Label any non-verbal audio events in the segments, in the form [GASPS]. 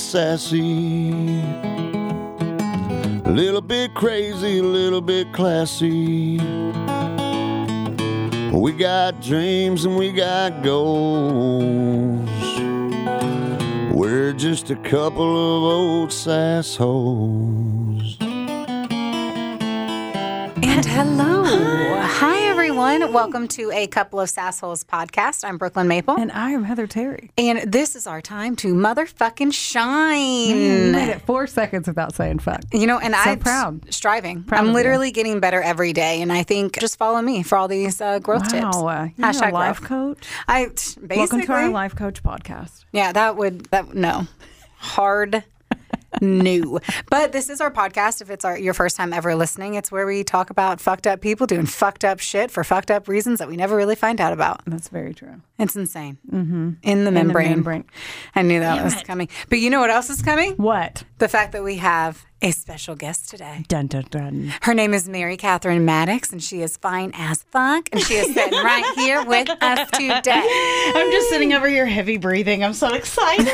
sassy. Little bit crazy, little bit classy. We got dreams and we got goals. We're just a couple of old sassholes. And hello. Hi, everyone. Welcome to a Couple of Sassholes podcast. I'm Brooklyn Maple. [LAUGHS] And I am Heather Terry. And this is our time to motherfucking You made shine. it four seconds without saying fuck. You know, and Mm. So I'm proud. striving. Proud I'm of you. literally getting better every day. And I think just follow me for all these uh, growth tips. Wow, you're Hashtag a life growth. coach. I basically. Welcome to our life coach podcast. Yeah, that would that no. Hard new. But this is our podcast. If it's our your first time ever listening, it's where we talk about fucked up people doing fucked up shit for fucked up reasons that we never really find out about. That's very true. It's insane. Mm-hmm. In the membrane. membrane. I knew that was coming. But you know what else is coming? What? The fact that we have a special guest today. Dun dun dun. Her name is Mary Catherine Maddox, and she is fine as fuck. And [LAUGHS] she is sitting right here with us today. I'm just sitting over here, heavy breathing. I'm so excited.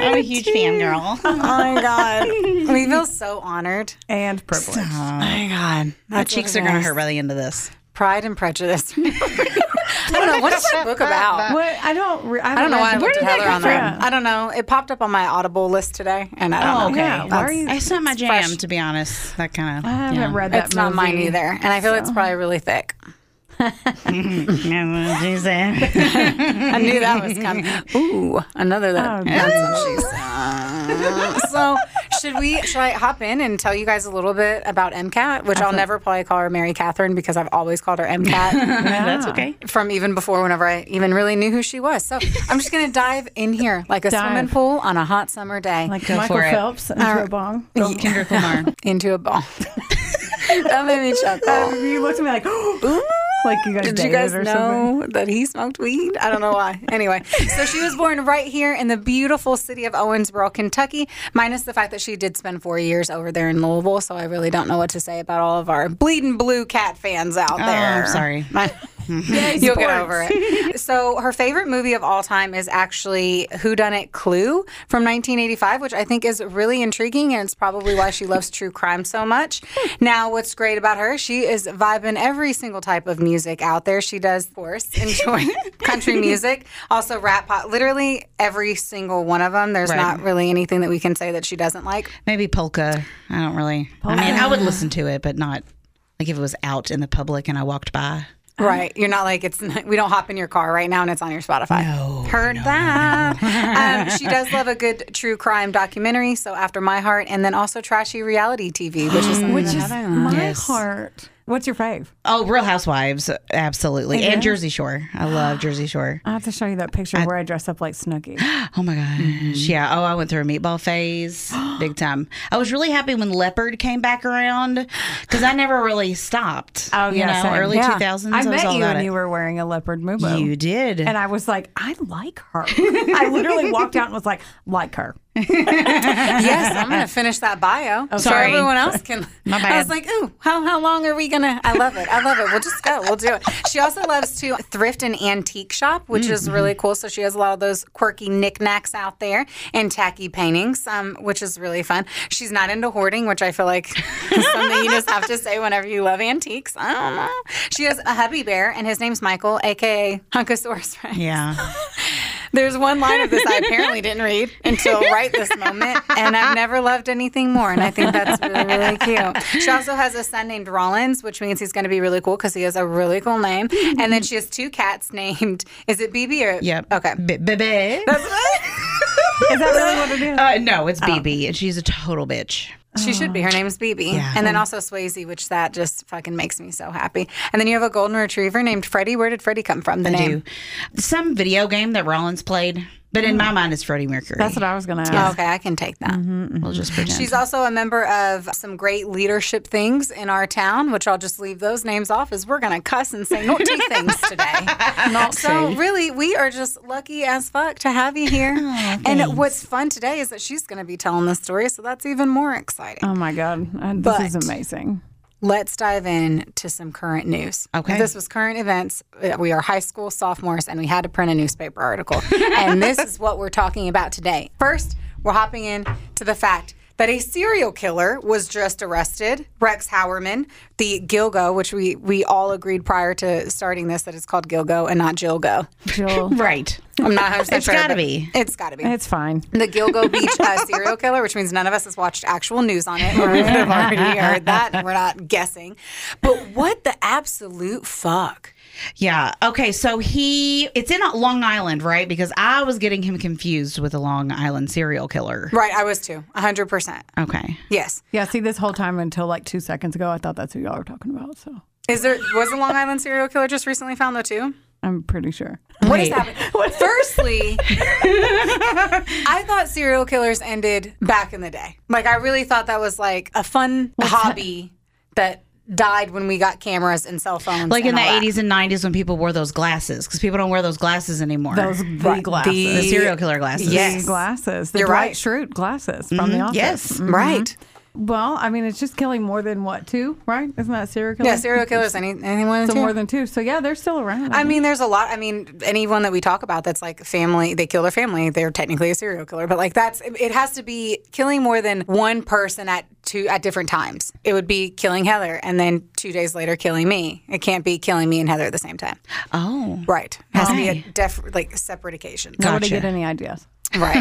I'm a huge fan girl. Oh my God. We feel so honored. [LAUGHS] [LAUGHS] And privilege. Oh my God. My cheeks are gonna hurt by the end of this. Pride and Prejudice. [LAUGHS] I don't know. What's that book about? What? I don't. Re- I, I don't know why I read the looked at book. Heather on that. Yeah. I don't know. It popped up on my Audible list today, and I don't know. okay. Yeah. Why are That's- you? It's not my jam, to be honest. That kind of. I haven't read that. It's not mine movie. either, and I feel it's probably really thick. [LAUGHS] I knew that was coming. Ooh, another that. Oh, that's what she said. [LAUGHS] so, should we? Should I hop in and tell you guys a little bit about MCAT, which I'll never probably call her Mary Catherine because I've always called her MCAT That's okay. from even before whenever I even really knew who she was. So, I'm just gonna dive in here like a Dive. swimming pool on a hot summer day Like Go Michael for it. Phelps and Joe Bong. Oh, [LAUGHS] Kendrick Lamar. into a [LAUGHS] ball. that made me [LAUGHS] chuckle. You looked at me like, [GASPS] like you guys Did you dated guys or something. know that he smoked weed? I don't know why. anyway, so she was born right here in the beautiful city of Owensboro, Kentucky, minus the fact that she did spend four years over there in Louisville. So I really don't know what to say about all of our bleeding blue cat fans Oh, out there. I'm sorry. You'll get over it. So her favorite movie of all time is actually Who Done It Clue from 1985, which I think is really intriguing, and it's probably why she loves true crime so much. Now, what's great about her? She is vibing every single type of music out there. She does, of course, enjoy country music, also rap, pop, literally every single one of them. There's Right. not really anything that we can say that she doesn't like. Maybe polka. I don't really. I mean, I would listen to it, but not like if it was out in the public and I walked by. Right. You're not like it's not, we don't hop in your car right now and it's on your Spotify. No, Heard that. um, she does love a good true crime documentary, so after my heart, and then also trashy reality TV, which is something Which that is I don't know. my heart. What's your fave? Oh, Real Housewives, absolutely, and Jersey Shore. I love Jersey Shore. I have to show you that picture where I dress up like Snooki. Oh my gosh. Yeah. Oh, I went through a meatball [GASPS] phase big time. I was really happy when Leopard came back around because I never really stopped. [GASPS] Oh, you yeah, know, same. early Yeah. 2000s. I was met all you about and it. you were wearing a leopard mubo. You did. And I was like, I like her. [LAUGHS] I literally walked out and was like, like her. yes, I'm [LAUGHS] gonna finish that bio. so sorry. everyone [LAUGHS] else can. My I was bad. like, ooh, how how long are we gonna? I love it. I love it. We'll just go. We'll do it. She also loves to thrift and antique shop, which Mm-hmm. is really cool. So she has a lot of those quirky knickknacks out there and tacky paintings, um, which is really fun. She's not into hoarding, which I feel like [LAUGHS] is something you just have to say whenever you love antiques. I don't know. She has a hubby bear, and his name's Michael, aka Hunkosaurus Rex. [LAUGHS] yeah. There's one line of this [LAUGHS] I apparently didn't read until right this moment, and I've never loved anything more. And I think that's really, really cute. She also has a son named Rollins, which means he's going to be really cool because he has a really cool name. And then she has two cats named, is it BB or? [LAUGHS] Yep. Okay. B- baby. Is that really what it [LAUGHS] is? Uh, no, Oh. it's BB, and she's a total bitch. She should be. Her name's BB. Oh. Yeah. And then also Swayze, which that just fucking makes me so happy. And then you have a golden retriever named Freddie. Where did Freddie come from? The I name. do. Some video game that Rollins played, but in my mind, it's Freddie Mercury. Mm. That's what I was going to Oh, ask. okay, I can take Mm-hmm. that. we'll just pretend. She's also a member of some great leadership things in our town, which I'll just leave those names off as we're going to cuss and say naughty things today. so, really, we are just lucky as fuck to have you here. and what's fun today is that she's going to be telling the story, so that's even more exciting. Oh, my God. Uh, this But- is amazing. Let's dive in to some current news. Okay. This was current events. Uh, We are high school sophomores and we had to print a newspaper [LAUGHS] article. and this is what we're talking about today. First, we're hopping in to the fact that a serial killer was just arrested, Rex Howerman, the Gilgo, which we, we all agreed prior to starting this that it's called Gilgo and not Jilgo. [LAUGHS] Jill. Right. I'm [LAUGHS] not 100% It's sure. gotta but be. It's got to be It's fine. the Gilgo Beach uh, serial killer, which means none of us has watched actual news on it. Or we would [LAUGHS] have already heard that. and We're not guessing. But what the absolute fuck? Yeah. Okay. So he, it's in Long Island, right? Because I was getting him confused with a Long Island serial killer. Right, I was too. 100%. Okay. Yes. Yeah, see, this whole time until like two seconds ago, I thought that's who y'all were talking about. So Is there was a Long Island serial killer just recently found though too? I'm pretty sure. What is Wait. [LAUGHS] happening? Firstly, I thought serial killers ended back in the day. Like I really thought that was like a fun hobby that? died when we got cameras and cell phones. Like in and the all that. 80s and 90s when people wore those glasses because people don't wear those glasses anymore. Those the glasses. the serial killer glasses. Yes. The glasses. The You're Dwight right. Schrute glasses from the office. Yes. Right. Mm-hmm. Well, I mean, it's just killing more than what, two, right? Isn't that serial killer? Yeah, serial killers. Any, anyone? So too? more than two. So yeah, they're still around. I mean, there's a lot. I mean, anyone that we talk about that's like family, they kill their family. They're technically a serial killer, but like that's it has to be killing more than one person at two at different times. It would be killing Heather and then two days later killing me. It can't be killing me and Heather at the same time. Oh. Right. Has to be Okay. a def, like separate occasion. nobody Gotcha. get any ideas. Right.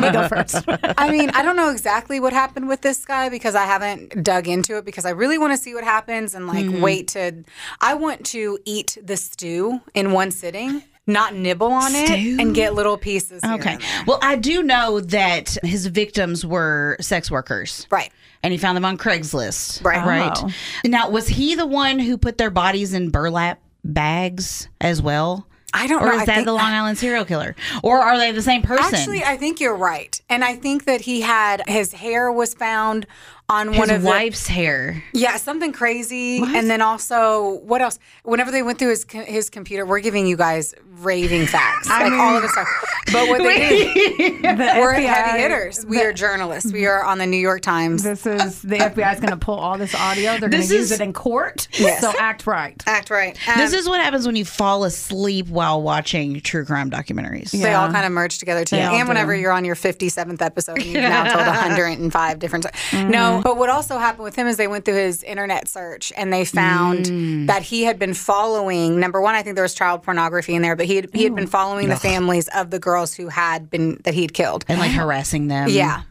Make me go [LAUGHS] first. I mean, I don't know exactly what happened with this guy because I haven't dug into it because I really want to see what happens and like Hmm. wait to. I want to eat the stew in one sitting, not nibble on Stew? it, and get little pieces. here Okay. and there. Well, I do know that his victims were sex workers. Right. And he found them on Craigslist. Right. Right. Oh. Now, was he the one who put their bodies in burlap bags as well? I don't Or know. is I that think- the Long Island serial killer? Or are they the same person? Actually, I think you're right, and I think that he had his hair was found on his one of the wife's hair. Yeah, something crazy, and then also what else? Whenever they went through his co- his computer, we're giving you guys raving facts, like all of this stuff. But [LAUGHS] what they did, we're heavy hitters. We are journalists. We are on the New York Times. This is the FBI is going to pull all this audio. They're going This to use is- it in court. So act right. Act right. This Um, is what happens when you fall asleep while watching true crime documentaries. They all kind of merge together too. and whenever you're on your 57th episode, and you've now told 105 different. ti- No, but what also happened with him is they went through his internet search and they found that he had been following. Number one, I think there was child pornography in there, but he had, he had been following the families of the girls who had been that he had killed. And like harassing them. Yeah.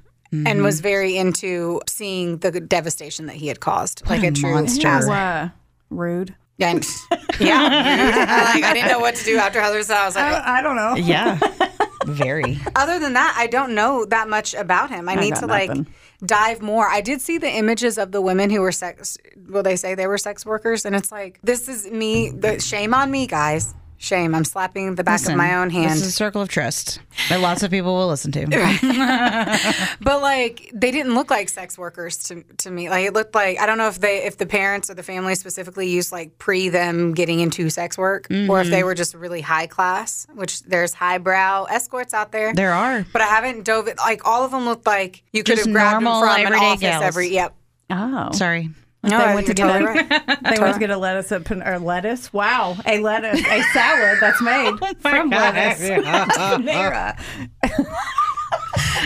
And was very into seeing the devastation that he had caused, like a, true monster. as- How, uh, rude. And, yeah, like I didn't know what to do after Heather's. I was like, Uh, I don't know. [LAUGHS] Yeah. Very. other than that, I don't know that much about him. I, need got to like nothing. dive more. I did see the images of the women who were sex. Well, they say they were sex workers, and it's like this is me. The shame on me, guys. Shame. I'm slapping the back of my own hand. This is a circle of trust that lots of people will listen to. but like they didn't look like sex workers to, to me. Like it looked like I don't know if they if the parents or the family specifically used like pre them getting into sex work or if they Mm-hmm. were just really high class, which there's highbrow escorts out there. There are. But I haven't dove it. Like all of them looked like you could Just have grabbed them normal, from an everyday office gals. every. Yep. Oh. Sorry. No, they went to you're get totally a, [LAUGHS] they went to get a lettuce a pan- or lettuce. Wow, a lettuce, a salad that's [LAUGHS] made from lettuce. [LAUGHS] Panera.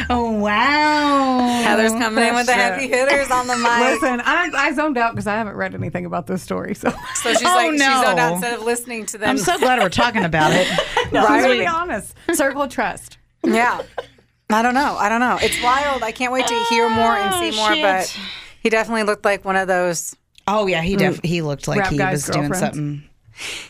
Oh, wow. Heather's [LAUGHS] coming in with the That's heavy hitters on the mic. Listen, I, I zoned out because I haven't read anything about this story. [LAUGHS] So So she's Oh, like, she's no. on out instead of listening to them. I'm so glad we're talking about [LAUGHS] it. no, I'm Right. going to be honest. Circle of trust. yeah. I don't know. I don't know. It's wild. I can't wait to hear more and see more. Oh, shit. But he definitely looked like one of those. Oh, yeah. He def- he looked like Rap he guy's was doing girlfriend. something.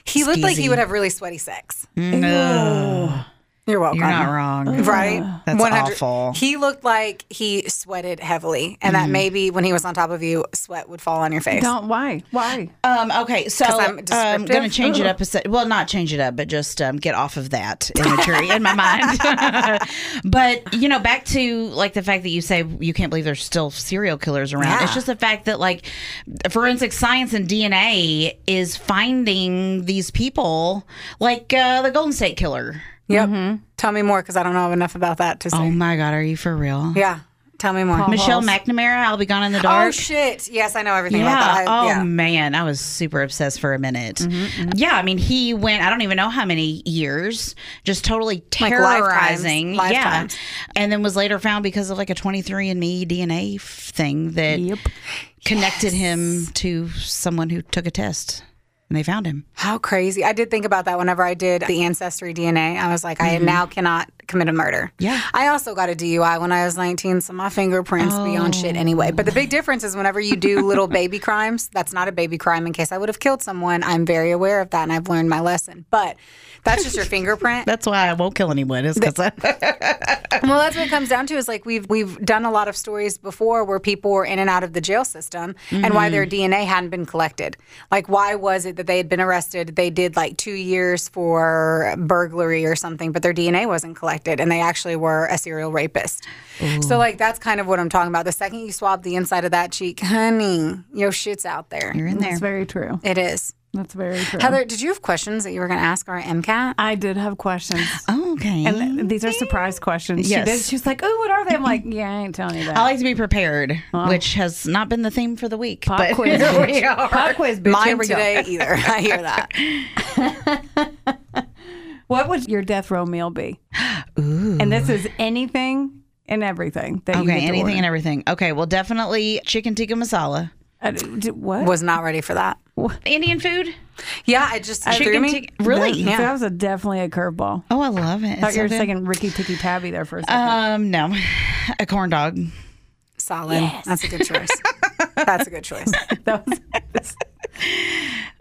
He looked like Skeezy. he would have really sweaty sex. No. You're welcome. You're not wrong. Right? That's 100 awful. Mm-hmm. He looked like he sweated heavily, and that maybe when he was on top of you, sweat would fall on your face. Don't why why Um, okay, so I'm I'm, descriptive. going to change [LAUGHS] it up. A se- well, not change it up, but just um, get off of that imagery in [LAUGHS] my mind. [LAUGHS] but you know, back to like the fact that you say you can't believe there's still serial killers around. Yeah. It's just the fact that like forensic science and DNA is finding these people, like uh, the Golden State Killer. Mm-hmm. Yep. Tell me more because I don't know enough about that to say. Oh my God, are you for real? yeah. Tell me more. Michelle McNamara, I'll be gone in the Oh dark. shit! Yes, I know everything yeah. about that. I, oh yeah. man, I was super obsessed for a minute. Mm-hmm, Yeah, I mean, he went. I don't even know how many years, just totally Like lifetimes, terrorizing. lifetimes. Yeah, and then was later found because of like a 23andMe DNA f- thing that connected him to someone who took a test, and they found him. How crazy. I did think about that whenever I did the ancestry DNA. I was like, I now cannot commit a murder. Yeah. I also got a DUI when I was 19, so my fingerprints be on shit anyway. But the big difference is whenever you do little baby crimes, that's not a baby crime in case I would have killed someone. I'm very aware of that and I've learned my lesson. But that's just your fingerprint. That's why I won't kill anyone. Is because [LAUGHS] Well, that's what it comes down to is like we've we've done a lot of stories before where people were in and out of the jail system and why Mm-hmm. their DNA hadn't been collected. Like why was it that they had been arrested, they did like 2 years for burglary or something, but their DNA wasn't collected and they actually were a serial rapist. So like that's kind of what I'm talking about. The second you swab the inside of that cheek, honey, your shit's out there. you're in there. That's very true. It is. That's very true. Heather, did you have questions that you were going to ask our MCAT? I did have questions. Oh, okay. And these are surprise questions. Yes. She did. She was like, "Oh, what are they?" I'm like, "Yeah, I ain't telling you that." I like to be prepared, which has not been the theme for the week. Pop but quiz, [LAUGHS] here we bitch. are. Pop quiz, bitch. Here Mine we go. today either. [LAUGHS] I hear [LAUGHS] that. What would your death row meal be? And this is anything and everything that you Okay, anything and everything. Okay, well, definitely chicken tikka masala. everything. Uh, d- what? Was not ready for that. Indian food? Yeah, it just Chicken threw me. tikka- really? That, that was a definitely a curveball. Oh, I love it. It's thought you so were good. saying Ricky Tikki Tabby there for a second. Um, no, a corn dog. Solid. That's a good choice. That's a good [LAUGHS] choice. that was,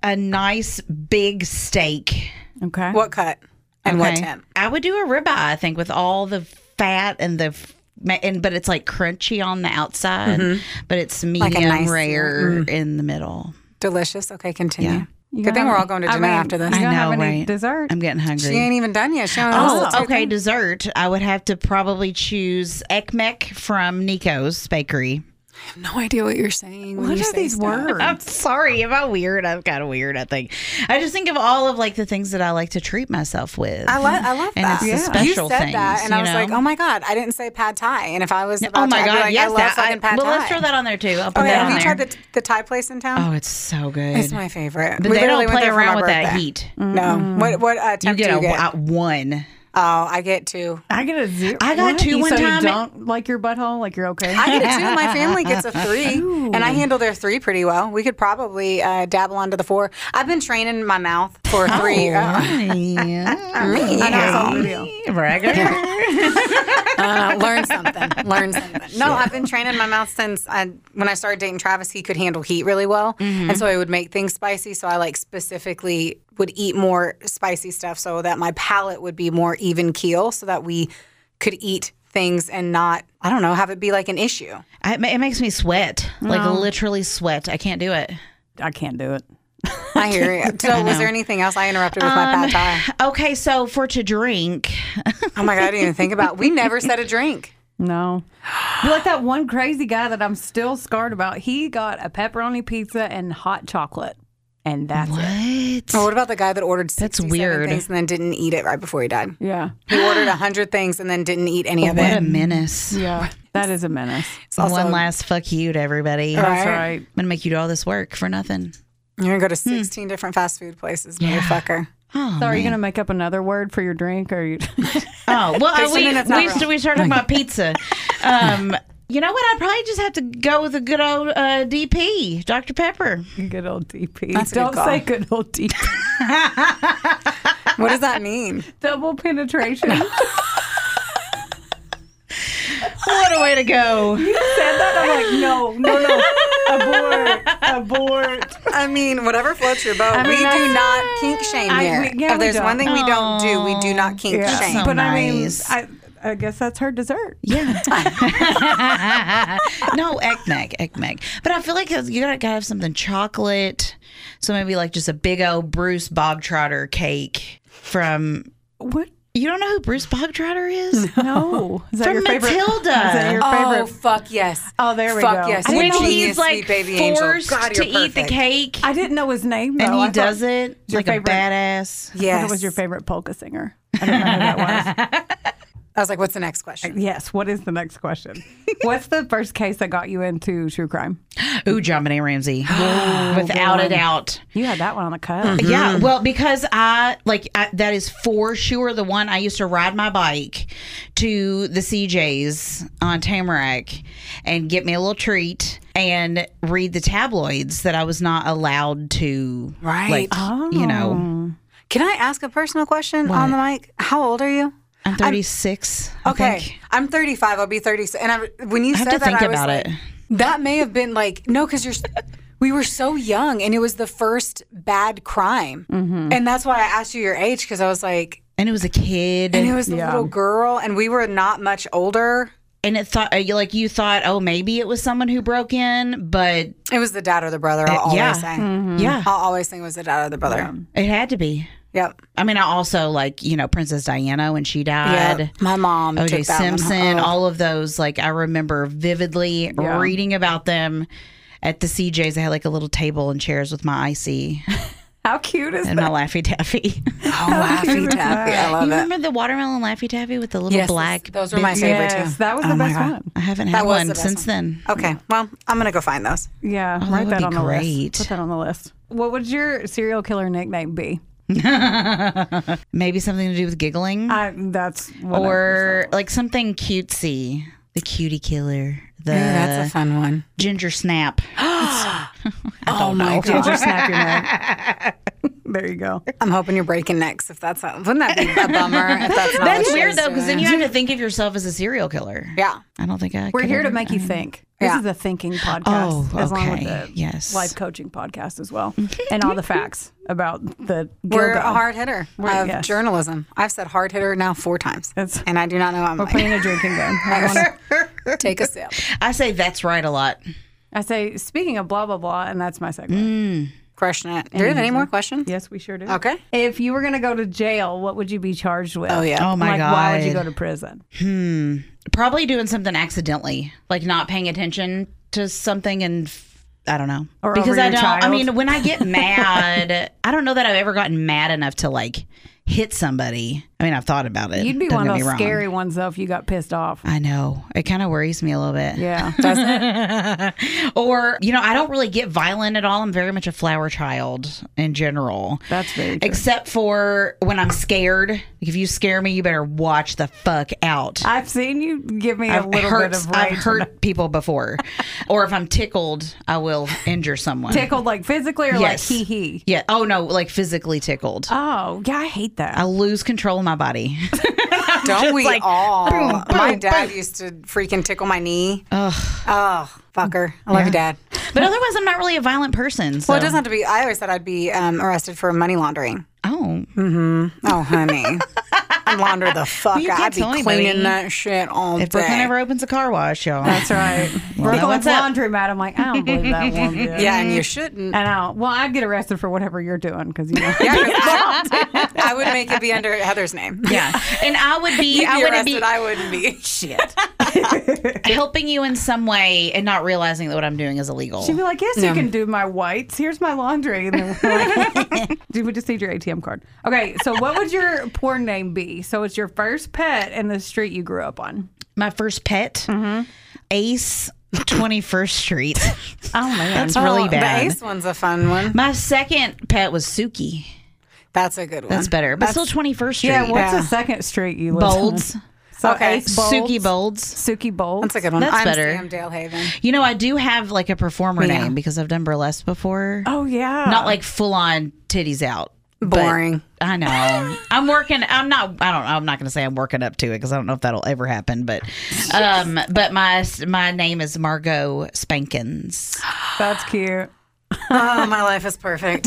A nice big steak. okay. What cut and what Okay. temp? I would do a ribeye, I think, with all the fat and the. f- ma- And but it's like crunchy on the outside, Mm-hmm. but it's medium nice- rare mm. in the middle. Delicious. Okay, continue. You Good thing gonna have we're all any- going to I dinner mean, after this. You I don't have know, any right? dessert? I'm getting hungry. She ain't even done yet. She only Oh, has two okay. things. Dessert. I would have to probably choose ekmek from Nico's Bakery. I have no idea what you're saying. when What you are say these stuff. words? [LAUGHS] I'm sorry. Am I weird? I'm kind of weird. I think. I just think of all of like the things that I like to treat myself with. I, lo- I love And that. it's the you special said that, things, and I you was know? like, "Oh my god, I didn't say pad thai." And if I was about oh my to, I'd god! be like, yes, I love that. fucking pad well, thai. let's throw that on there too. I'll put Oh, yeah, that have on you there. tried the, the Thai place in town? oh, it's so good. it's my favorite. but we they literally don't went play there for my around with that birthday. heat. No. What what uh, You temp get do a you get? [LAUGHS] a one. Oh, I get two. I get a zero. I got What? two You- one so time. You don't like your butthole? Like you're okay? I get a two. My family gets a three, and I handle their three pretty well. We could probably uh, dabble onto the four. I've been training my mouth for three. [LAUGHS] uh, I know, it's [LAUGHS] all [LAUGHS] uh, learn something. Learn something. No, I've been training my mouth since I, when I started dating Travis. He could handle heat really well, and so I would make things spicy. So I like specifically would eat more spicy stuff so that my palate would be more even keel, so that we could eat things and not I don't know have it be like an issue. I, it makes me sweat, Oh. like literally sweat. I can't do it. I can't do it. I hear you. So was there anything else I interrupted with my bad tie? Okay, so for to drink, [LAUGHS] Oh my god, I didn't even think about. We never said a drink. No. But like that one crazy guy that I'm still scarred about. He got a pepperoni pizza and hot chocolate. And that's it. what? Or what about the guy that ordered That's 67 weird. things and then didn't eat it right before he died? Yeah. He ordered hundred things and then didn't eat any of What it. a menace. Yeah. That is a menace. It's also- One last fuck you to everybody. All I'm That's right. right. gonna make you do all this work for nothing. You're gonna go to sixteen different fast food places, motherfucker. Oh, So are you going to make up another word for your drink? Or are you? [LAUGHS] oh [LAUGHS] well, we Christina, that's not we, wrong. st- we started talking about [LAUGHS] pizza. Um, you know what? I'd probably just have to go with a good old uh, DP, Dr Pepper. good old DP. That's a good Don't call. say good old DP. What does [LAUGHS] that mean? Double [LAUGHS] penetration. you What a way to go! said that. I'm like, no, no, no. Abort. Abort. I mean, whatever floats your boat. we mean, do I- not kink shame I- here. we- yeah, if we there's one don't. thing we don't do, we do not kink Yeah. shame. So but nice. I mean, I, I guess that's her dessert. [LAUGHS] Yeah. [LAUGHS] no, ekmek, ekmek. But I feel like you gotta, gotta have something chocolate. So maybe like just a big old Bruce Bogtrotter cake from. What? You don't know who Bruce Bogtrotter is? No. Is that From your favorite? Is Matilda. that your Oh favorite? fuck yes. Oh, there we fuck go. yes. I You're didn't when know genius, he's like sweet baby angel. forced God, to you're eat the perfect. cake, I didn't know his name though. and I he thought- does it your like favorite- a badass. I Yes. [LAUGHS] thought it was your favorite polka singer. I don't know who that was. I was like, what's the next question? Yes. What is the next question? What's the first case that got you into true crime? Ooh, Jomini [GASPS] Ramsey, without a doubt. You had that one on the cut. Yeah, well, because I like I, that is for sure the one I used to ride my bike to the CJ's on Tamarack and get me a little treat and read the tabloids that I was not allowed to. Right. like, you know, Can I ask a personal question on the mic? How old are you? I'm 36. I Okay, think. I'm 35. I'll be 36. And I, when you I have said to that, think I was about like, it. That may have been like no, because you're. s- [LAUGHS] We were so young, and it was the first bad crime, Mm-hmm. and that's why I asked you your age because I was like, And it was a kid, and it was a little girl, and we were not much older. and it thought uh, you- like you thought, oh, maybe it was someone who broke in, but It was the dad or the brother. I'll Uh, yeah. Mm-hmm. always say, yeah, I'll always think it was the dad or the brother. it had to be. Yep. I mean, I also like you know Princess Diana when she died. Yep. My mom. O.J. took that one. Simpson, Oh. [LAUGHS] all of those. Like I remember vividly reading about them at the CJ's. I had like a little table and chairs with my icy How cute is [LAUGHS] and that? my Laffy Taffy. Oh, Laffy Taffy. I you love it. remember the watermelon Laffy Taffy with the little Yes, black? those were my bits? favorite Yes, too. that Oh was the best one. I haven't That had was one the best one. since then. Okay. Well, I'm gonna go find those. Yeah, Oh, that write would that be on the great. list. Put that on the list. What would your serial killer nickname be? Maybe something to do with giggling I, that's what I- or like something cutesy. The cutie killer. The that's a fun one. [GASPS] ginger snap. Oh my Did [LAUGHS] god. you snap your neck? there you go. I'm hoping you're breaking necks. If that's not, wouldn't that be [LAUGHS] a bummer? If that's not That's what weird she's though, because then doing? you have to think of yourself as a serial killer. yeah. I don't think I. We're could here to ever- make you think. This Yeah. is a thinking podcast, Oh, as long with okay. the Yes. life coaching podcast as [LAUGHS] well, and all the facts about the. We're Gilgo. a hard hitter of yes. journalism. I've said hard hitter now four times, That's- and I do not know. I'm We're playing like, a drinking [LAUGHS] game. I wanna- take a sip. I say that's right a lot. I say, speaking of blah blah blah, and that's my segment. Mm. Crushing it. Do you have any more questions? Yes, we sure do. Okay. [LAUGHS] If you were going to go to jail, what would you be charged with? Oh yeah. Oh my like, god! why would you go to prison? Probably doing something accidentally, like not paying attention to something, and f- I don't know. Or because over I your don't. I child. mean, when I [LAUGHS] get mad, I don't know that I've ever gotten mad enough to like hit somebody. I mean, I've thought about it. You'd be one Don't get of me those wrong. scary ones, though, if you got pissed [LAUGHS] off. I know. It kind of worries me a little bit. [LAUGHS] Yeah. Or, you know, I don't really get violent at all. I'm very much a flower child in general. That's very true. Except for when I'm scared. Like, If you scare me, you better watch the fuck out. I've seen you give me a I've little hurt, bit of I've rage. hurt people before. or if I'm tickled, I will injure someone. Tickled like physically or Yes. like hee hee. Yeah. Oh, no, like physically tickled. Oh, yeah, I hate that. I lose control of my body. Don't we like, all? boom, my boom, dad boom. used to freaking tickle my knee. Ugh. Oh, fucker. I love you, dad. but otherwise, I'm not really a violent person. So. Well, it doesn't have to be. I always said I'd be um, arrested for money laundering. Oh, Oh, honey. [LAUGHS] I'd launder the fuck you out. I'd can't be tell cleaning anybody. that shit all if day. Brooklyn ever opens a car wash, y'all. That's [LAUGHS] right. know Brooklyn's what's up. laundromat. I'm like, I don't believe that one. Dude. [LAUGHS] yeah, Mm. and you shouldn't. And I, well, I'd get arrested for whatever you're doing because you know. [LAUGHS] Yeah, [LAUGHS] 'cause I, I would make it be under Heather's name. [LAUGHS] yeah. And I would be, You'd I be wouldn't arrested. be, I wouldn't be. Shit. helping you in some way and not realizing that what I'm doing is illegal. She'd be like, "Yes, you can do my whites. Here's my laundry." And then we're like, [LAUGHS] "Dude, we just need your ATM card." Okay, so what would your porn name be? So it's your first pet and the street you grew up on. My first pet, Ace 21st Street. Oh man, That's really The bad. ace one's a fun one. My second pet was Suki. That's a good one. That's better, but still 21st Street. yeah. What's Yeah. the second street you lived [LAUGHS] Bolds. on? So Okay. Ace Bolds, Suki Bolds. Suki Bolds. That's a good one. That's I'm better. Sam Dale Haven. You know, I do have like a performer Yeah. name because I've done burlesque before. Oh yeah, Not like full on titties out. but Boring. [LAUGHS] I know. I'm working. I'm not. I don't. I'm not going to say I'm working up to it because I don't know if that'll ever happen. But, um, but my my name is Margot Spankins. that's cute. oh, my life is [LAUGHS] perfect.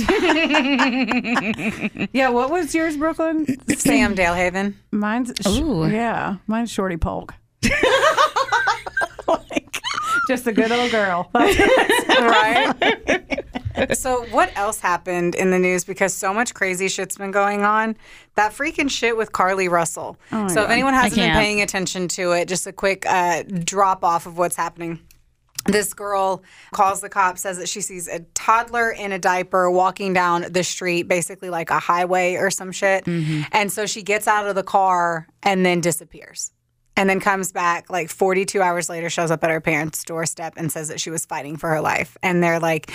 Yeah, what was yours, Brooklyn? Sam Dale Haven. Mine's sh- Ooh. yeah, mine's Shorty Polk. [LAUGHS] like, just a good old girl. [LAUGHS] Right? so, what else happened in the news? Because so much crazy shit's been going on. That freaking shit with Carly Russell. so, if anyone hasn't been can't. paying attention to it, just a quick uh, drop off of what's happening. This girl calls the cops, says that she sees a toddler in a diaper walking down the street, basically like a highway or some shit. And so she gets out of the car and then disappears. and then comes back like 42 hours later, shows up at her parents' doorstep and says that she was fighting for her life. And they're like,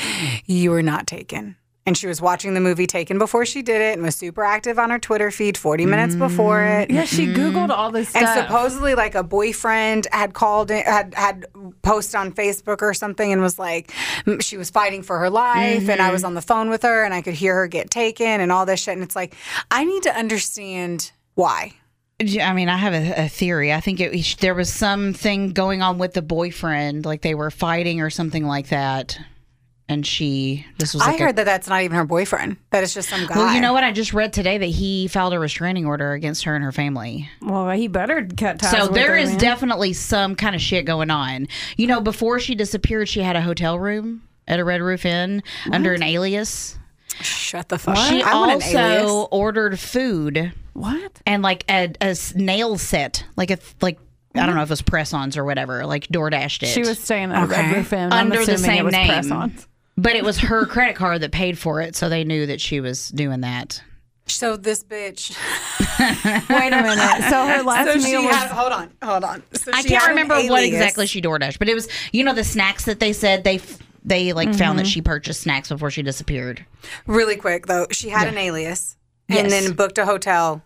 You were not taken. And she was watching the movie Taken before she did it and was super active on her Twitter feed 40 minutes before Mm, it. Yeah, she Mm-hmm. Googled all this stuff. And supposedly, like a boyfriend had called, in, had had posted on Facebook or something, and was like, m- she was fighting for her life, and Mm-hmm. I was on the phone with her, and I could hear her get taken, and all this shit. And it's like, I need to understand why. Yeah, I mean, I have a, a theory. I think it, there was something going on with the boyfriend, like they were fighting or something like that. And she, this was I like a- heard that that's not even her boyfriend. That it's just some guy. well, you know what? I just read today that he filed a restraining order against her and her family. well, he better cut ties. So with there her, is man. definitely some kind of shit going on. You know, before she disappeared, she had a hotel room at a Red Roof Inn under an alias. Shut the fuck. She I want an alias. also ordered food what? and like a, a s- nail set, like a th- like I don't know if it was press-ons or whatever, like DoorDashed it. Mm-hmm. She was staying at Okay. Red Roof Inn. I'm Under the assuming same it was name. press-ons. but it was her credit card that paid for it, so they knew that she was doing that. So this bitch. [LAUGHS] Wait a minute. So [LAUGHS] her last So she meal was had. Hold on. Hold on. So I she can't had an remember what alias. exactly she DoorDashed, but it was you know the snacks that they said they f- they like found Mm-hmm. that she purchased snacks before she disappeared. Really quick though, she had an alias and Yes. Mm. then booked a hotel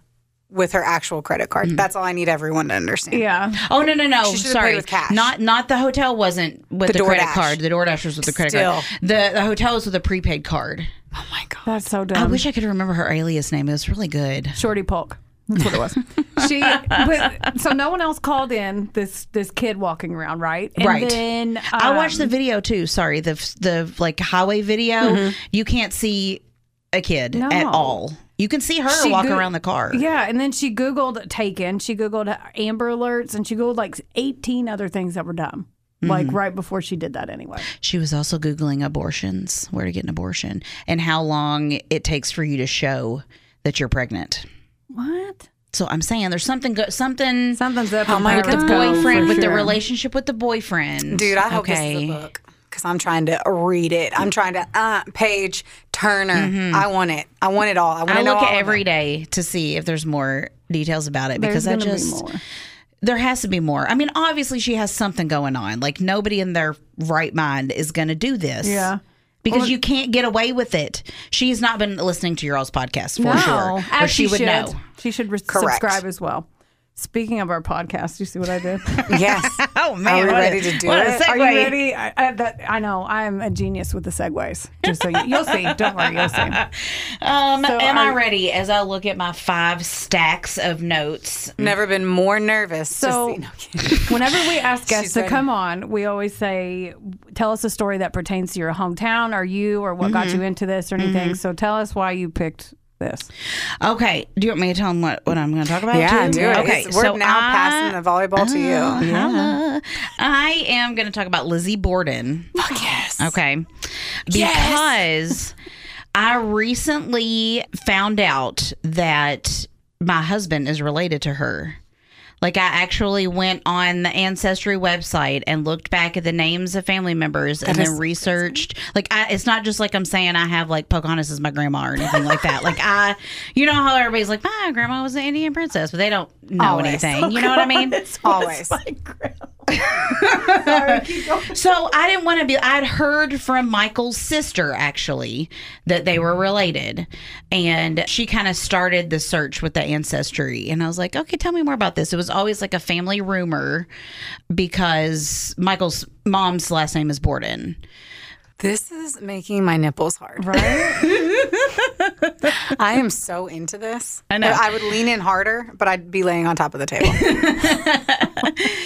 with her actual credit card. That's all I need everyone to understand. yeah. Oh no no no! She should've Sorry, paid with cash. not not the hotel wasn't with The the, credit DoorDash. card. The DoorDash was with the credit card. Still. The the hotel was with a prepaid card. Oh my god. That's so dumb. I wish I could remember her alias name. It was really good. Shorty Polk. That's what it [LAUGHS] was. she but, so no one else called in this this kid walking around, right? And Right. Then, I watched um, the video too. Sorry, the the like highway video. Mm-hmm. You can't see a kid No. at all. You can see her She walk go- around the car. Yeah, and then she Googled Taken, she Googled Amber Alerts, and she Googled like 18 other things that were dumb, Mm-hmm. like right before she did that anyway. She was also googling abortions, where to get an abortion, and how long it takes for you to show that you're pregnant. What? So I'm saying there's something go- something Something's up. Oh in my Pirate God. Cove for boyfriend with the sure. relationship with the boyfriend. Dude, I hope this is a book because I'm trying to read it. I'm trying to uh, page Turner. I want it. I want it all. I want Mm-hmm. I to know look all at of it. [LAUGHS] every day to see if there's more details about it There's because I gonna be just more. there has to be more. I mean, obviously she has something going on. Like nobody in their right mind is going to do this. Yeah. Because you can't get away with it. She's not been listening to your all's podcast for sure. or As she, would should. know. She should re- Correct. subscribe as well. Speaking of our podcast, you see what I [LAUGHS] did? Uh, Yes. Oh man, Are we what a- ready to do what it? A segue. Are you ready? I, I, that, I know I'm a genius with the segues. Just so you, you'll see. Don't worry, you'll see. Um, So am are- I ready? As I look at my five stacks of notes, Never been more nervous. So, [LAUGHS] whenever we ask guests She's to ready. come on, we always say, "Tell us a story that pertains to your hometown, or you, or what got you into this, or anything." So, tell us why you picked this. okay. Do you want me to tell them what, what I'm going to talk about? yeah, too? do it. Okay, It's- we're so now I- Oh, passing the volleyball to you. Holla. I am going to talk about Lizzie Borden. Fuck yes. Okay. Because I recently found out that my husband is related to her. Like, I actually went on the Ancestry website and looked back at the names of family members and then researched. Like, I, it's not just like I'm saying I have, like, Pocahontas is my grandma or anything like that. Like, I, you know how everybody's like, my grandma was an Indian princess, but they don't know Always. Oh, anything. You know what I mean? [LAUGHS] Always. So I didn't want to be. I'd heard from Michael's sister actually that they were related, and she kind of started the search with the ancestry. And I was like, okay, tell me more about this. It was always like a family rumor because Michael's mom's last name is Borden. This is making my nipples hard. [LAUGHS] Right? [LAUGHS] I am so into this. I know. But I would lean in harder, but I'd be laying on top of the [LAUGHS] table.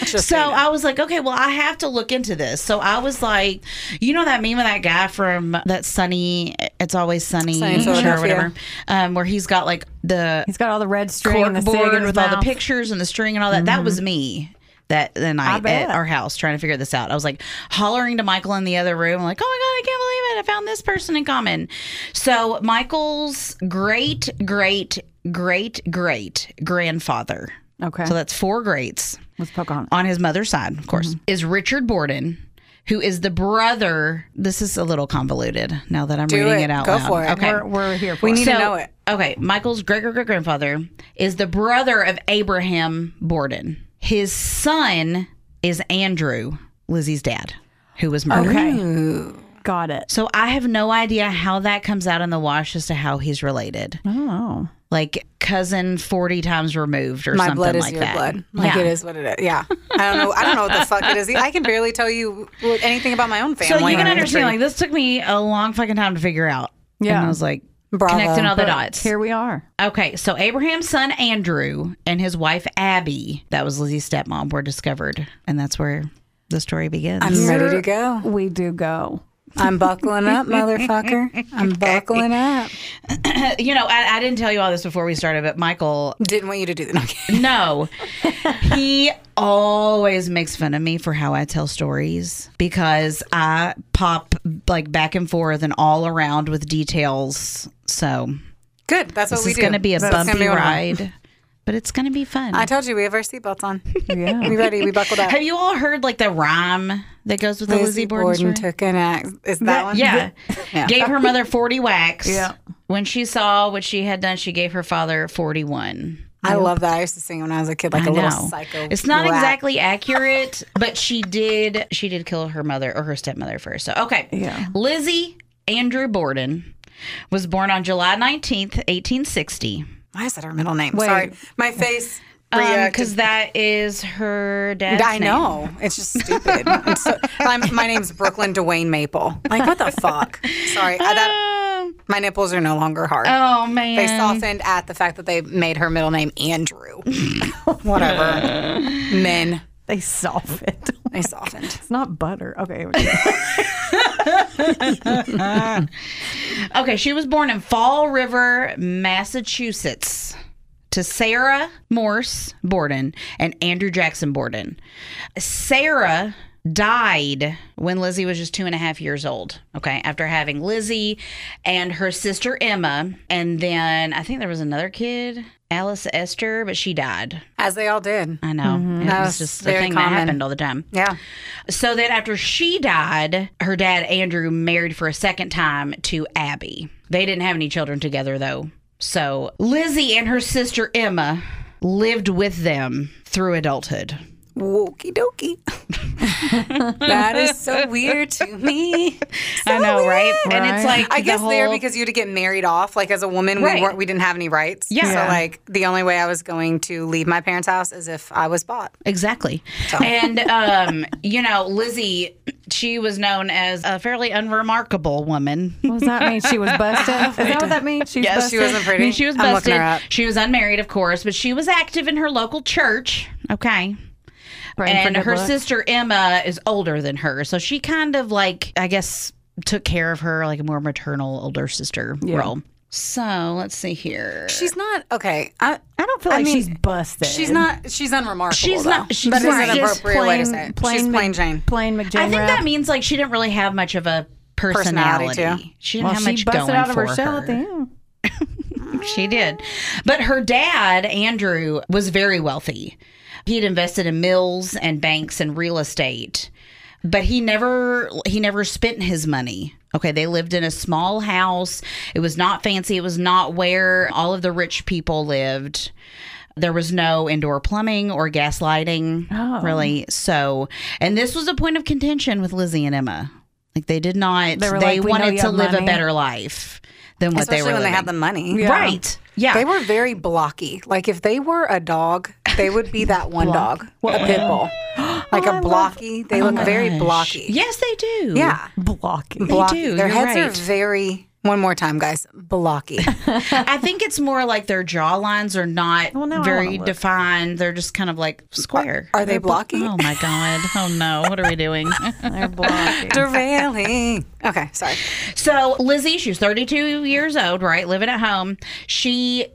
Just So so you know. I was like, okay, well, I have to look into this. So I was like, you know that meme of that guy from that Sunny, it's always Sunny, Sunny in show or Philadelphia. whatever, um, where he's got like the He's got all the red string and the cork sig board in with his all the mouth. pictures and the string and all that. That was me that the night bet. at our house trying to figure this out. I was like hollering to Michael in the other room, like, oh my God, I can't believe it. I found this person in common. So Michael's great, great, great, great grandfather. Okay. So that's four greats Let's poke on. on his mother's side, of course, is Richard Borden, who is the brother. This is a little convoluted now that I'm reading it. it, out Go loud. for it. Okay. We're, we're here for. we it. need to know it. Okay, Michael's great great great grandfather is the brother of Abraham Borden. His son is Andrew, Lizzie's dad, who was murdered. Okay. Got it. So I have no idea how that comes out in the wash as to how he's related. Oh. Like cousin 40 times removed or My something blood is like your that. blood. Like Yeah. it is what it is. Yeah. I don't know. I don't know what the fuck it is. e- I can barely tell you anything about my own So family. you can understand, like, this took me a long fucking time to figure out. Yeah. And I was like, Bravo. connecting all the dots. Here we are. Okay, so Abraham's son Andrew and his wife Abby, that was Lizzie's stepmom, were discovered. And that's where the story begins. I'm ready to go. We do go. I'm buckling [LAUGHS] up, motherfucker. I'm buckling up. you know, I, I didn't tell you all this before we started, but Michael, Didn't want you to do that. Okay. [LAUGHS] no, he always makes fun of me for how I tell stories because I pop like back and forth and all around with details. So Good. That's what Oh, this we is do. going to be a That's gonna bumpy one of them. ride, but it's going to be fun. I told you we have our seatbelts on. Yeah. We ready? We buckled [LAUGHS] up. Have you all heard like the rhyme that goes with the Lizzie, Lizzie Borden, story? took an axe. Is that, one? Yeah. [LAUGHS] Yeah. Gave her mother 40 whacks. Yeah. When she saw what she had done, she gave her father 41. I love that. I used to sing when I was a kid, like I a little know. psycho. It's not rat. exactly accurate, but she did she did kill her mother or her stepmother first. So, okay. Yeah. Lizzie Andrew Borden was born on July 19th, 1860. Why is that her middle name? Wait. Sorry, my face. Because reacted. that is her dad's I Um, name. know it's just stupid. [LAUGHS] It's so, I'm, my name's Brooklyn Dwayne Maple. Like what the fuck? Sorry, I, that, Um, my nipples are no longer hard. oh, man. They softened at the fact that they made her middle name Andrew. [LAUGHS] [LAUGHS] Whatever. Men. [LAUGHS] They solve it. They softened. It's not butter. Okay. [LAUGHS] here we go. Okay, she was born in Fall River, Massachusetts, to Sarah Morse Borden and Andrew Jackson Borden. Sarah died when Lizzie was just two and a half years old. Okay, after having Lizzie and her sister Emma, and then I think there was another kid, Alice Esther, but she died. As they all did. I know it was That's just a very thing that common. happened all the time. Yeah. So then after she died, her dad Andrew married for a second time to Abby. They didn't have any children together though. So Lizzie and her sister Emma lived with them through adulthood. Wokey dokie. [LAUGHS] that is so weird to me. I know, right? And it's Right. like I the guess there whole- because you had to get married off. Like as a woman, Right. we weren't we didn't have any rights. Yeah. So like the only way I was going to leave my parents' house is if I was bought. Exactly. And, um, you know, Lizzie, she was known as a fairly [LAUGHS] unremarkable woman. What does that mean? She was busted? Is that what that means? She was Yes, She wasn't I pretty. mean, [LAUGHS] she was I'm looking busted. her up. She was unmarried, of course, but she was active in her local church. Okay. Praying for and good her luck. sister Emma is older than her, so she kind of like I guess took care of her like a more maternal older sister role. So let's see here. She's not okay. I I don't feel like mean, she's busted. she's not she's unremarkable. She's though. not- she's that is right. an Just appropriate way to say it. she's plain Mc- Jane. Plain McJane. I think Rapp. that means like she didn't really have much of a personality. Personality, She didn't well, have she much busted going out of her for shell her. at the end. She did. But her dad, Andrew, was very wealthy. He had invested in mills and banks and real estate. But he never he never spent his money. Okay, they lived in a small house. It was not fancy. It was not where all of the rich people lived. There was no indoor plumbing or gas lighting, Oh. really. So, and this was a point of contention with Lizzie and Emma. Like they did not they, were like, "We know wanted you to have live a money." better life than what Especially they were when they living. had the money. Yeah. Right. Yeah. They were very blocky. Like if they were a dog, they would be that one dog, a pit bull. [GASPS] like a blocky. they Oh look very blocky. Yes, they do. Yeah. Blocking. Blocky. do, Their you're heads right. are very one more time, guys. Blocky. I think it's more like their jaw lines are not now I very wanna look. defined. They're just kind of like square. [LAUGHS] Are they They're blo- blocky? Oh my [LAUGHS] god. Oh no. What are we doing? They're blocking. Derailing. Okay, sorry. so Lizzie, she was 32 years old, right? Living at home. She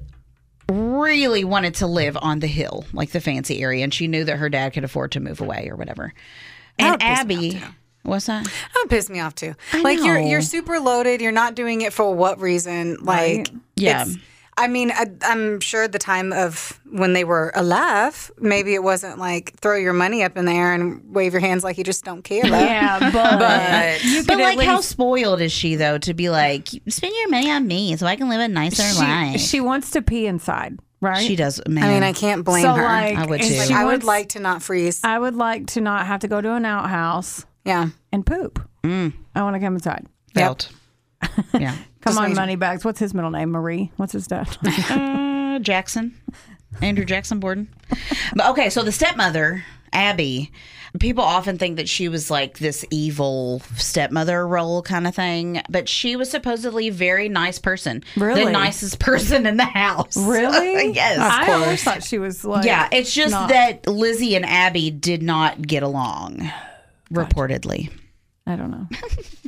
really wanted to live on the hill, like the fancy area, and she knew that her dad could afford to move away or whatever. And would piss me Abby, what's that? That would piss me off too. like you're know. you're super loaded. You're not doing it for what reason? Like Yeah. it's- I mean, I, I'm sure at the time of when they were alive, maybe it wasn't like throw your money up in the air and wave your hands like you just don't care. [LAUGHS] Yeah, but, But you But could at like, how least- spoiled is she though to be like, spend your money on me so I can live a nicer life? she, she wants to pee inside. right? She does, man. I mean, I can't blame So her. like, I would and too. she I would wants- like to not freeze. I would like to not have to go to an outhouse yeah. and poop. Mm. I want to come inside. [LAUGHS] felt. yeah. Come Just on, amazing. Moneybags. What's his middle name? Marie. What's his [LAUGHS] dad? Uh, Jackson, Andrew Jackson Borden. But okay, so the stepmother, Abby, people often think that she was like this evil stepmother role kind of thing, but she was supposedly a very nice person. The Really? nicest [LAUGHS] person in the [LAUGHS] house. really? [LAUGHS] yes. I always thought she was like. yeah, it's just not- that Lizzie and Abby did not get along, reportedly. [LAUGHS] I don't know.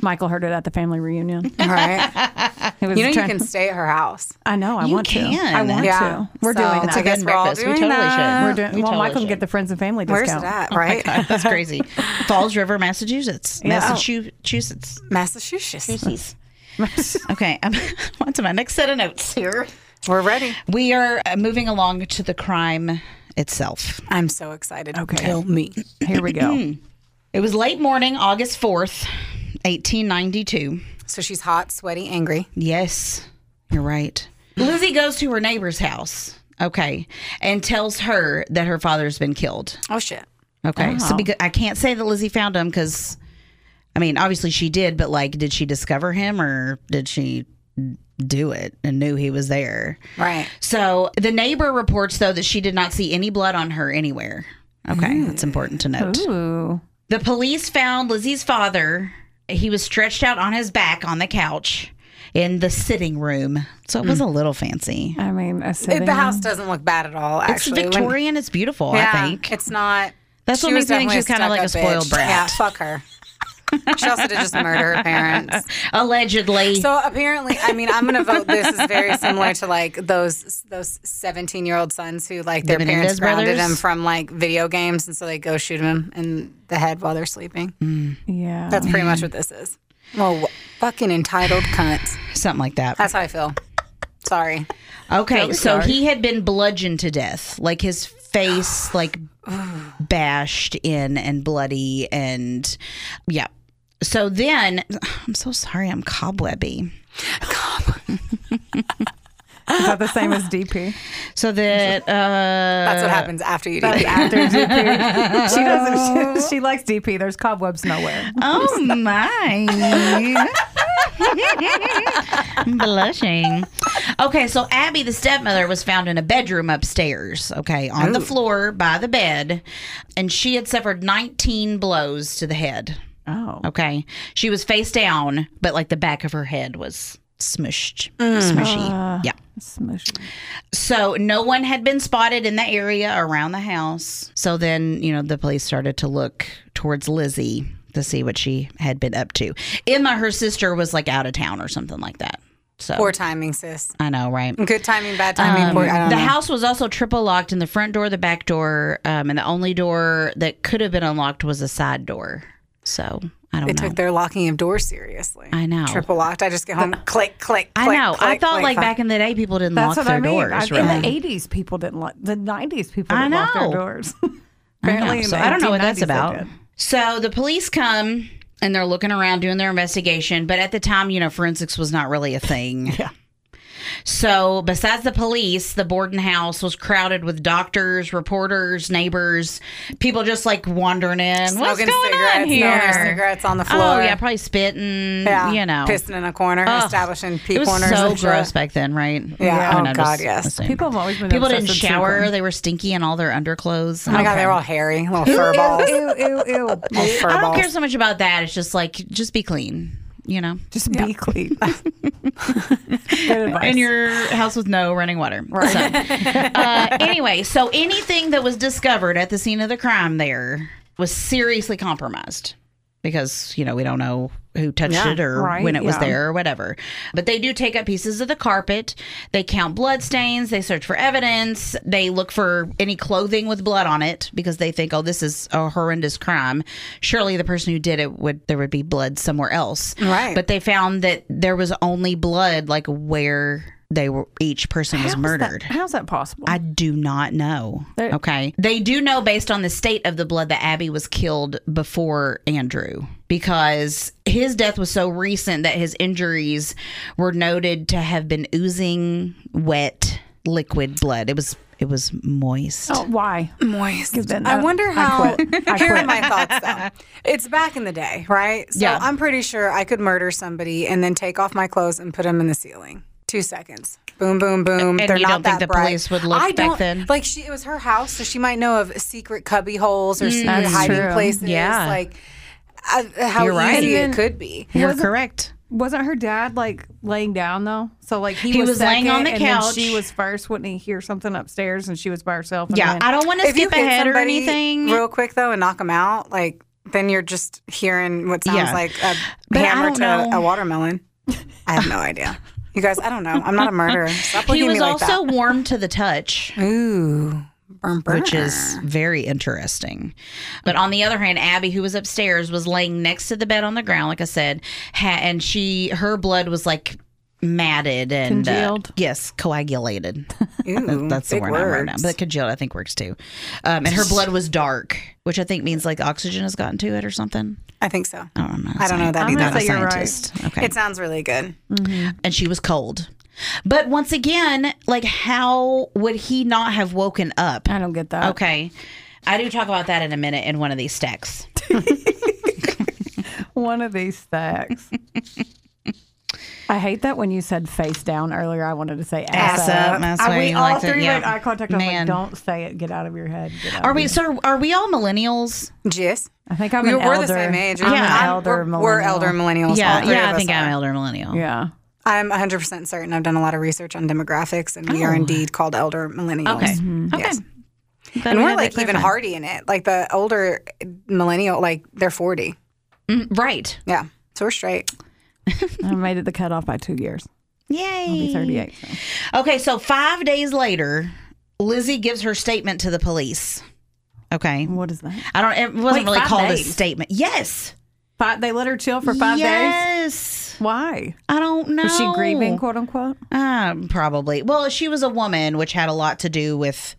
Michael heard it at the family reunion. All right. He [LAUGHS] was you know, you trying- can stay at her house. I know. I You want to. can. I want Yeah. to. We're So- It's doing a that. good- guess we're all we doing totally that. should. We're doing. We well, totally Michael can should. get the friends and family Where's discount. it at? Right? Oh God, that's crazy. [LAUGHS] Falls River, Massachusetts. Yeah. Massachusetts. [LAUGHS] Massachusetts. [LAUGHS] Okay, I'm on to my next set of notes here. We're ready. We are uh, moving along to the crime itself. I'm so excited. Okay. Tell me. Here we go. It was late morning, August 4th, 1892. So she's hot, sweaty, angry. Yes, you're right. Lizzie goes to her neighbor's house, okay, and tells her that her father's been killed. Oh, shit. Okay, Uh-huh. so because I can't say that Lizzie found him because, I mean, obviously she did, but like, did she discover him or did she do it and knew he was there? Right. So the neighbor reports though that she did not see any blood on her anywhere. Okay, Mm. that's important to note. Oh. Ooh. The police found Lizzie's father. He was stretched out on his back on the couch in the sitting room. So it was Hmm. a little fancy. I mean, a sitting. the house doesn't look bad at all, actually. it's When- Victorian. it's beautiful. yeah, I think It's not. That's what she makes was me think definitely she's kinda like a stuck-up spoiled bitch. brat. Yeah, fuck her. [LAUGHS] She also did just murder her parents. [LAUGHS] allegedly. So apparently, I mean, I'm going to vote. This is very similar to like those those 17 year old sons who like their The parents Menendez grounded brothers? them from like video games, and so they go shoot them in the head while they're sleeping. Yeah. That's pretty much what this is. Well, wh- fucking entitled cunts. Something like that. That's how I feel. Sorry. Okay, so he had been bludgeoned to death, like his face, like bashed in and bloody, and yeah. So then, [SIGHS] I'm so sorry, I'm cobwebby. Is that the same as DP? So [LAUGHS] that uh, That's what happens after you do that. After DP, she doesn't. [LAUGHS] She, she likes DP. There's cobwebs nowhere. oh my, I'm blushing. Okay, so Abby, the stepmother, was found in a bedroom upstairs. Okay, on the floor by the bed, and she had suffered 19 blows to the head. Oh. Okay. She was face down, but like the back of her head was smushed, Mm. smushy. Ah. yeah. Smushy. So no one had been spotted in the area around the house. So then, you know, the police started to look towards Lizzie to see what she had been up to. Emma, her sister, was like out of town or something like that. So Poor timing, sis. I know, right? Good timing, bad timing. poor, I don't Um, the know. house was also triple locked in the front door, the back door, um, and the only door that could have been unlocked was a side door. So I don't they know. took their locking of doors seriously. I know. Triple locked. I just get home, click, click, click. I know. I click, thought click, like click. back in the day, people didn't That's lock what their I mean. doors, I- right? In the eighties, people didn't lock the nineties. People I didn't lock their know. doors. I know. [LAUGHS] Apparently, in So the I don't know what that's 1890s they about. did. So the police come and they're looking around doing their investigation, but at the time, you know, forensics was not really [LAUGHS] a thing. Yeah. So, besides the police, the Borden house was crowded with doctors, reporters, neighbors, people just like wandering in. What's Smoking going on cigarettes, here? throwing their cigarettes on the Oh, floor. yeah, probably spitting, you know. pissing in a corner, Ugh. establishing pee It was corners. so and shit. gross back then, right? Yeah. I mean, Oh, I God, just yes. assume. People have always been. People didn't obsessed with shower. silicone. They were stinky in all their underclothes. Oh my god, they're all hairy, little fur balls. Ew, ew, ew. [LAUGHS] Little fur I don't balls. care so much about that. It's just like, just be clean, you know? Just be [LAUGHS] clean. Good advice. [LAUGHS] In your house with no running [LAUGHS] water. So, uh, anyway, so anything that was discovered at the scene of the crime there was seriously compromised because, you know, we don't know who touched Yeah, it or right, when it was yeah. there or whatever. But they do take up pieces of the carpet. They count blood stains. They search for evidence. They look for any clothing with blood on it because they think, oh, this is a horrendous crime. Surely the person who did it would, there would be blood somewhere else. Right. But they found that there was only blood like where they were, each person was How's that- murdered. how's that possible? I do not know. There- okay. They do know based on the state of the blood that Abby was killed before Andrew because his death was so recent that his injuries were noted to have been oozing wet liquid blood. It was it was moist. Oh, why? moist. then I I- wonder I how. quit. [LAUGHS] I [LAUGHS] here are quit. my thoughts though. It's back in the day, right? So Yeah. I'm pretty sure I could murder somebody and then take off my clothes and put them in the ceiling. Two seconds. Boom, boom, boom. And They're you not don't that think the bright. police would look I back don't, then? Like she, it was her house, so she might know of secret cubby holes or secret That's hiding true. places. Mm, Yeah. Like uh, how You're right. easy And it could be. You're correct. Wasn't her dad like laying down though? So like he, He was laying second, on the and then couch. she was first. Wouldn't he hear something upstairs and she was by herself? And Yeah, then- I don't want to if you skip hit ahead or somebody anything. real quick though and knock them out, like then you're just hearing what sounds Yeah. like a But I hammer don't to a- know. a watermelon. I [LAUGHS] have no idea. You guys, I don't know. I'm not a murderer. Stop looking he at was me like also warm to the touch. that. Ooh, burn, burn. which is very interesting. But on the other hand, Abby, who was upstairs, was laying next to the bed on the ground, like I said, ha- and she her blood was like matted and uh, Congealed? yes, coagulated. [LAUGHS] Ooh, That's the Hmm, big word words. I'm right now. But congealed, I think, works too. Um, and [LAUGHS] her blood was dark, which I think means like oxygen has gotten to it or something. I think so. I don't know. I don't know that I'm either. gonna Not a say you're right. scientist. oh, Okay It sounds really good. and she was cold. But once again, like how would he not have woken up? I don't get that. Okay. I do talk about that in a minute in one of these stacks. [LAUGHS] One of these stacks. [LAUGHS] I hate that when you said face down earlier. I wanted to say ass, Ass up. That's I- why we you all liked it, three yeah. made eye contact. I was Man. like, don't say it. Get out of your head. Get out Are of we your- so are we all millennials? Yes. I think I'm We an we're elder. the same age. I'm Yeah. an I'm- elder. we're, we're millennial. elder millennials. all three yeah, of I us think I'm are. elder millennial. [LAUGHS] Yeah. I'm 100% certain. I've done a lot of research on demographics, and we are indeed called elder millennials. Oh. Okay. Okay. Yes. Glad and we we're had that like even clarified. hardy in it. Like the older millennial, like they're forty. Mm, right. Yeah, so we're straight. I made it the cutoff by two years. Yay. I'll be 38. so. Okay, so five days later, Lizzie gives her statement to the police. Okay. What is that? I don't it wasn't Wait, really five called a days? statement. Yes. Five, they let her chill for five days. yes. Oh. Why? I don't know. Was she grieving, quote unquote? Um, probably. Well, she was a woman, which had a lot to do with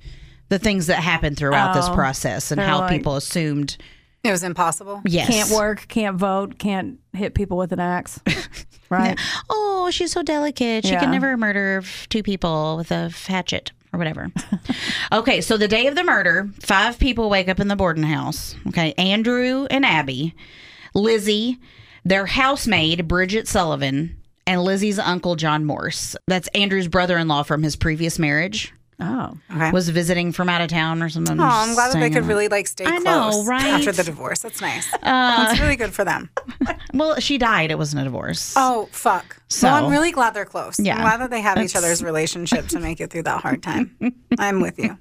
the things that happened throughout this Oh. process and They're how like- people assumed. It was impossible. Yes. Can't work, can't vote, can't hit people with an [LAUGHS] axe. Right? Oh, she's so delicate. She Yeah. can never murder f- two people with a f- hatchet or whatever. [LAUGHS] okay, so the day of the murder, five people wake up in the Borden house. Okay, Andrew and Abby, Lizzie, their housemaid Bridget Sullivan, and Lizzie's uncle John Morse. That's Andrew's brother-in-law from his previous marriage. Oh. Okay. was visiting from out of town or something. Oh, I'm glad that they Staying could in- really like stay I close know, right? Uh, after the divorce. That's nice. That's really good for them. Well, she died. It wasn't a divorce. Oh fuck. So- well, I'm really glad they're close. Yeah. I'm glad that they have each other's relationship to make it through that hard [LAUGHS] time. I'm with you.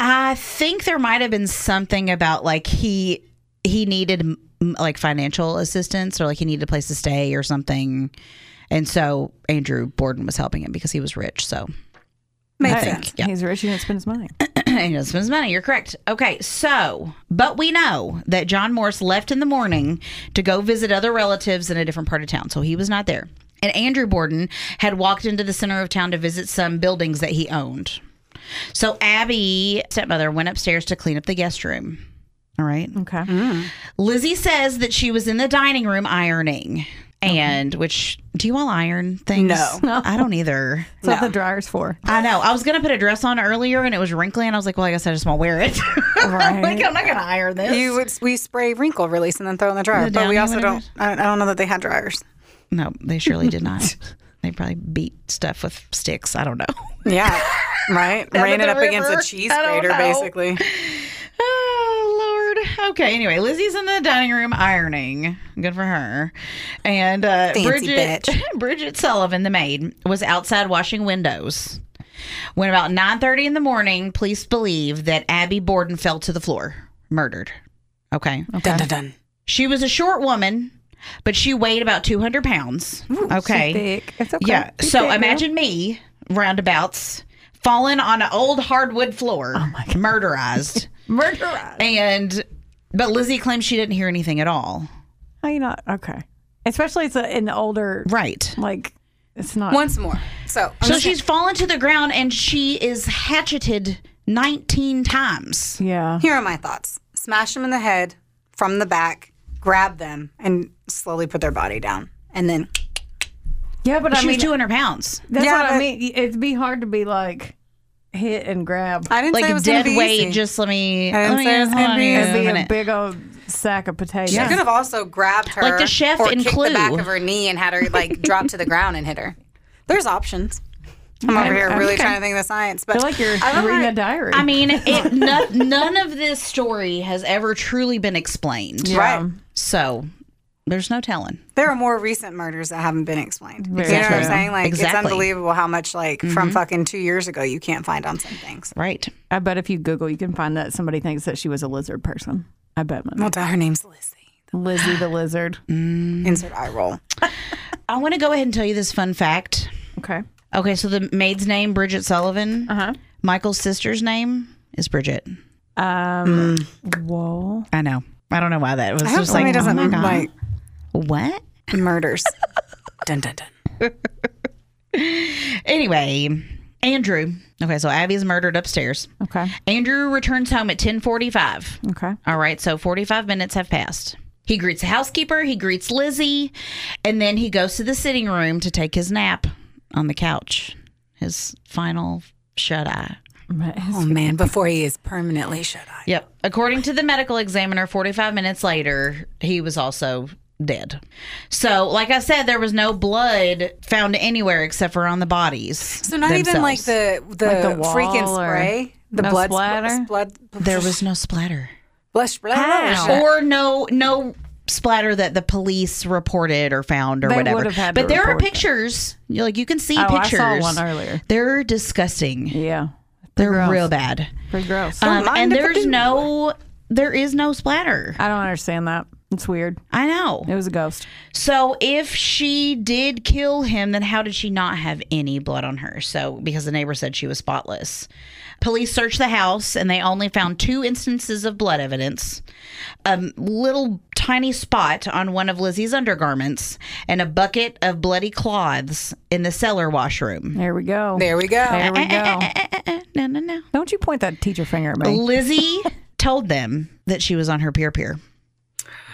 I think there might have been something about like he he needed m- like financial assistance or like he needed a place to stay or something, and so Andrew Borden was helping him because he was rich. So Makes I sense. think yeah, Mm-hmm. He's rich and he spends money. he doesn't spend his money. You're correct. Okay, so but we know that John Morse left in the morning to go visit other relatives in a different part of town, so he was not there. And Andrew Borden had walked into the center of town to visit some buildings that he owned. So Abby, stepmother, went upstairs to clean up the guest room. All right. Okay. Lizzie says that she was in the dining room ironing. And which do you all iron things? No. [LAUGHS] I don't either. That's what the dryer's [LAUGHS] for. I know. I was gonna put a dress on earlier and it was wrinkly, and I was like, "Well, I guess I just won't wear it." [LAUGHS] Right. like I'm not gonna iron this. You would we spray wrinkle release and then throw it in the dryer, The but we downy, also whatever. don't. I I don't know that they had dryers. no, they surely [LAUGHS] did not. they probably beat stuff with sticks. I don't know. [LAUGHS] [LAUGHS] Yeah, right. Ran the it up against a river? cheese I don't grater, know. basically. Oh Lord. Okay. Anyway, Lizzie's in the dining room ironing. Good for her. And uh, Fancy Bridget [LAUGHS] Bridget Sullivan, the maid, was outside washing windows. When about nine thirty in the morning, police believe that Abby Borden fell to the floor, murdered. Okay. Dun dun dun. She was a short woman, but she weighed about two hundred pounds. okay. Thick. It's okay. Yeah. Be thick, So girl. imagine me roundabouts falling on an old hardwood floor, Oh [LAUGHS] murderized. Murderized. And but Lizzie claims she didn't hear anything at all. How you not? Okay. Especially it's a, in the older, Right. like, it's not. Once more. So, I'm So just- she's fallen to the ground and she is hatcheted 19 times. yeah. Here are my thoughts smash them in the head from the back, grab them, and slowly put their body down. And then Yeah, but I she mean, was 200 pounds. that's Yeah, what I but- mean. It'd be hard to be like hit and grab. I didn't say it Like was going dead to be weight. easy. Just let me. I Let didn't me say it was hold gonna on be here easy. a It'd be a minute. big old sack of potatoes. Could have also grabbed her, Like the chef or in kicked Clue. the back of her knee and had her [LAUGHS] like drop to the ground and hit her. There's options. I'm over here really trying to think of the science, but I feel like you're I love reading how- a diary. I mean, it, no, none of this story has ever truly been explained. right. So there's no telling. There are more recent murders that haven't been explained. You know what I'm Exactly. saying? Like Exactly. Mm-hmm. it's unbelievable how much like from fucking two years ago you can't find on some things. Right. I bet if you Google, you can find that somebody thinks that she was a lizard person. I bet money. Well, her name's Lizzie. Lizzie the lizard. Mm-hmm. Insert eye roll. I want to go ahead and tell you this fun fact. Okay. Okay, so the maid's name Bridget Sullivan. Uh-huh. Michael's sister's name is Bridget. Um. Whoa. I know. I don't know why that was I hope just somebody like doesn't oh my God. like what. [LAUGHS] murders. dun dun dun. Anyway, Andrew. Okay, so Abby's murdered upstairs. Okay. Andrew returns home at 10:45. Okay. All right, so 45 minutes have passed. He greets the housekeeper, he greets Lizzie, and then he goes to the sitting room to take his nap on the couch. His final shut eye. Oh man, before he is permanently shut eye. Yep. According to the medical examiner, 45 minutes later, he was also dead. So, like I said, there was no blood found anywhere except for on the bodies. So not even like the themselves. the, Like the freaking wall or- spray, the No blood splatter? spl- blood. there was no splatter blood splatter. or no no splatter that the police reported or found or They whatever. would have had to but there are report that. pictures. You- Like you can see Oh, I pictures. saw one earlier. They're disgusting. Yeah. They're real bad. Pretty gross. Um, mind and if I there's do. no there is no splatter. I don't understand that. It's weird. I know. It was a ghost. So if she did kill him, then how did she not have any blood on her? So because the neighbor said she was spotless. Police searched the house and they only found two instances of blood evidence. A little tiny spot on one of Lizzie's undergarments and a bucket of bloody cloths in the cellar washroom. There we go. There we go. There we go. Eh, eh, eh, No, no, no. Don't you point that teacher finger at me. [LAUGHS] Lizzie told them that she was on her peer peer.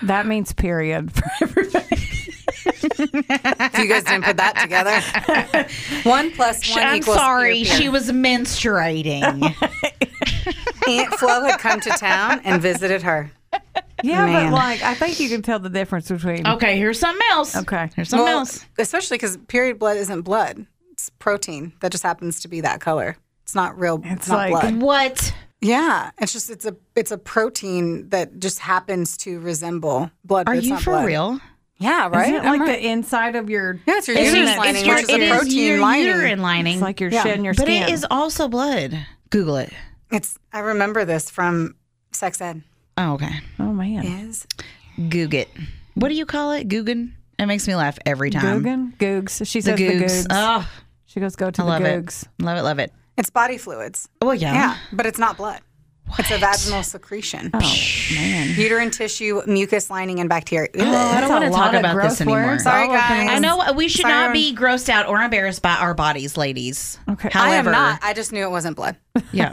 That means period [LAUGHS] for everybody. If you guys didn't put that together, [LAUGHS] one plus one I'm equals. peer, sorry, peer. she was menstruating. [LAUGHS] Aunt Flo had come to town and visited her. Yeah, Man. but like I think you can tell the difference between. Oh. okay, here's something else. Okay. Here's something Well, else. Especially because period blood isn't blood; it's protein that just happens to be that color. It's not real. It's It's not like- blood. What? Yeah, it's just it's a it's a protein that just happens to resemble blood. but Are it's you not for blood. real? Yeah, right. Isn't it I'm like right. the inside of your? yeah, it's your Isn't uterus it- lining, it's which your- is a it protein your lining. uterine lining. It's like you're Yeah. shedding your but skin. it is also blood. Google it. It's I remember this from sex ed. Oh, okay. Oh man. Is Goog it. What do you call it? Googan? It makes me laugh every time. Googan? Googs. She The says the Googs. Googs. Oh, she goes, go to I love the it. Googs. Love it, love it. it's body fluids. Oh, yeah. Yeah, but it's not blood. It's a What? Um. vaginal secretion. Oh, man. Uterine tissue, mucus lining, and bacteria. I Ugh. don't That's Oh. a wanna talk lot of about gross this anymore. words. Sorry, All of guys. them. I know we should Siren. not be grossed out or embarrassed by our bodies, ladies. Okay. I I am However, not. I just knew it wasn't [LAUGHS] blood. Yeah.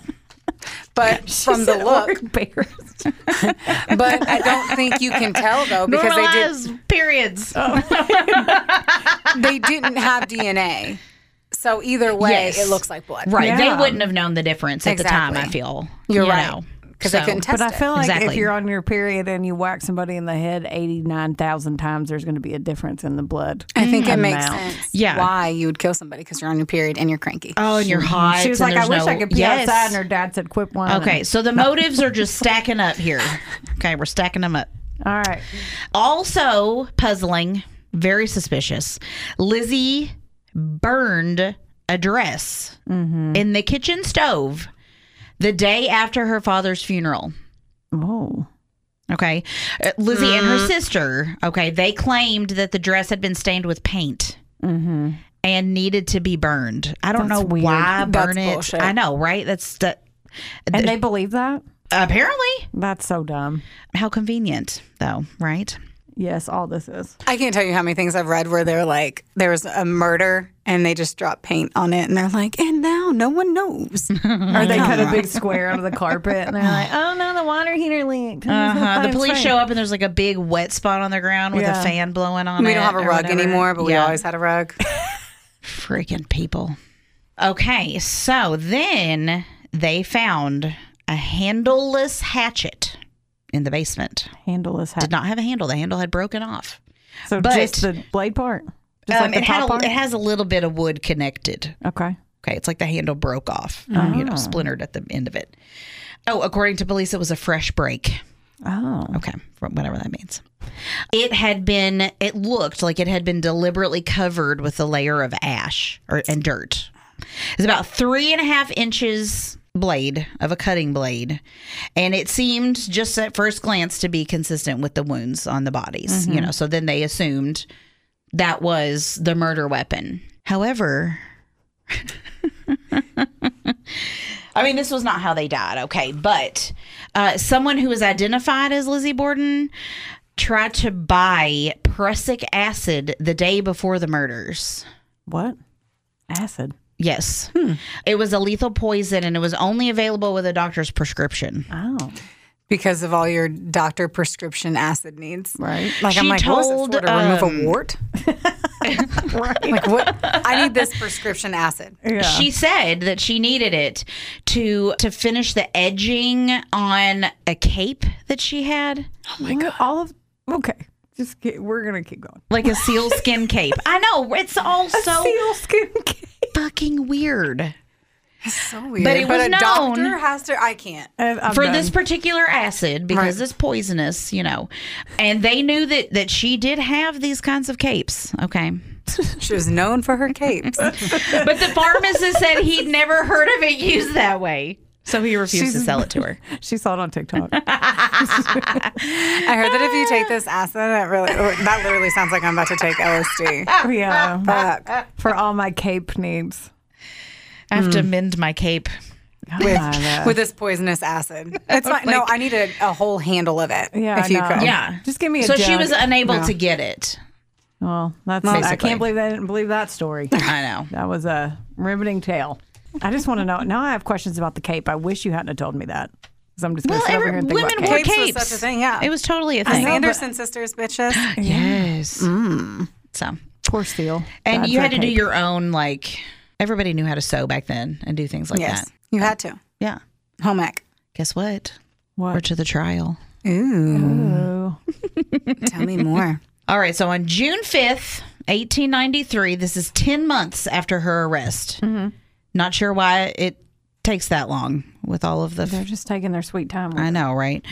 But [LAUGHS] from the Said, look, "We're embarrassed." but I don't think you can tell though [LAUGHS] because they did [LAUGHS] Oh, Normalize periods. they didn't have DNA. So either way, Yes. it looks like blood. Right. Yeah. They wouldn't have known the difference at the time, I Exactly. feel. You're You right. know. Because So- they couldn't test But I it. feel like if Exactly. you're on your period and you whack somebody in the head 89,000 times, there's going to be a difference in the blood. I think it makes amount. sense Yeah. why you would kill somebody because you're on your period and you're cranky. Oh, and you're hot. She was and like, I there's wish no- I could pee Yes. outside. And her dad said, quit one. Okay, so the motives are just stacking up here. Okay, we're stacking them up. All right. Also puzzling, very suspicious. Lizzie burned a dress in the kitchen stove the day after her father's funeral. Oh. Okay, Uh, Lizzie and her sister. Okay, they claimed that the dress had been stained with paint. And needed to be burned. I don't That's know weird. why That's burn it. bullshit. I know, right? That's the, And they believe that? apparently That's so dumb. how convenient, though, right? Yes, all this is. I can't tell you how many things I've read where they're like, there was a murder and they just drop paint on it and they're like, and now now no one [LAUGHS] knows. Mm-hmm. Or they cut a big square out of the carpet and they're like, oh no, the water heater leaked. Uh-huh. The police show up and there's like a big wet spot on the ground with Yeah. a fan blowing on it. We don't have a or rug whatever. anymore, but we Yeah. always had a rug. freaking people. Okay, so then they found a handleless hatchet in the basement. Handleless Did not have a handle. The handle had broken off. So But- just the blade part. Just Um, like the it, top had a, part. it has a little bit of wood connected. okay. Okay, it's like the handle broke off, you Oh. know, splintered at the end of it. Oh, according to police, it was a fresh break. Oh. Okay, from whatever that means. It had been, it looked like it had been deliberately covered with a layer of ash or, and dirt. It's about three and a half inches blade of a cutting blade. And it seemed just at first glance to be consistent with the wounds on the bodies, you know. So then they assumed that was the murder weapon. However, I mean, this was not how they died, okay, but uh, someone who was identified as Lizzie Borden tried to buy prussic acid the day before the murders. What? Acid. Yes. It was a lethal poison and it was only available with a doctor's prescription. Oh. because of all your doctor prescription acid needs. Right. Like I'm She like, what was told, it for, to remove um, a wart? Like what? I need [LAUGHS] this prescription acid. Yeah. She said that she needed it to to finish the edging on a cape that she had, [GASPS] all of okay. Just get, we're gonna keep going. like a sealskin cape. I know, it's all so Seal skin [LAUGHS] cake. fucking weird. So weird. But it was a known- doctor has to. I can't. And I'm for done. this particular acid because Right. it's poisonous, you know. And they knew that that she did have these kinds of capes. Okay. She was known for her capes. But the pharmacist said he'd never heard of it used that way. So he refused to She's- sell it to her. she saw it on TikTok. I heard that if you take this acid, it really that literally sounds like I'm about to take [LAUGHS] LSD. [LAUGHS] yeah. Fuck. For all my cape needs. I have to mend my cape. With, with this poisonous acid. It's fine. no, I need a, a whole handle of it. Yeah, I if you know. could. Yeah. Just give me a So she jug. was unable to get it. Well, that's I Basically. can't believe they didn't believe that story. I know. that was a riveting tale. I just want to know. Now I have questions about the cape. I wish you hadn't have told me that. Because I'm just going Well, to sit over every- here and think women about wore capes. capes. Capes was such a thing, yeah. It was totally a The thing. Sanderson sisters, [GASPS] bitches. Yes. So Poor seal. and That's you her had to do cape. your own like everybody knew how to sew back then and do things like Yes, that. you had to. Yeah. Home ec. Guess what? What? We're to the trial. Ooh, Mm. Oh. tell me more. All right. So on June 5th, 1893, this is 10 months after her arrest. Not sure why it takes that long with all of the. They're just taking their sweet time. with I it. know, right?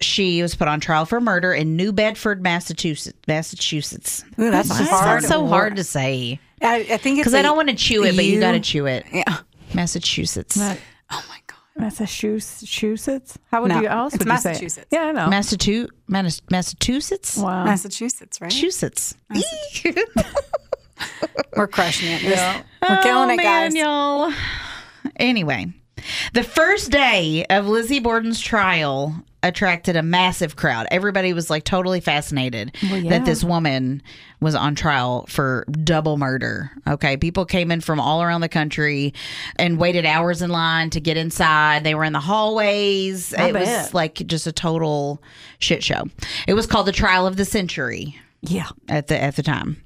She was put on trial for murder in New Bedford, Massachusetts. Massachusetts. [LAUGHS] Ooh, that's Why is that hard. so hard to say? I, I think Because I don't want to chew it, but you got to chew it. Yeah. Massachusetts. That- Oh my god. Massachusetts? How would No, you else it's would you say it? Massachusetts. Yeah, I know. Massachu- Manas- Massachusetts? wow. Massachusetts, right? Massachusetts. We're crushing it. We're killing oh, it, man, guys. y'all. Anyway, the first day of Lizzie Borden's trial attracted a massive crowd. Everybody was like totally fascinated yeah. that this woman was on trial for double murder. Okay, people came in from all around the country and waited hours in line to get inside. They were in the hallways. it was bet. like just a total shit show. It was called the trial of the century yeah. at the at the time.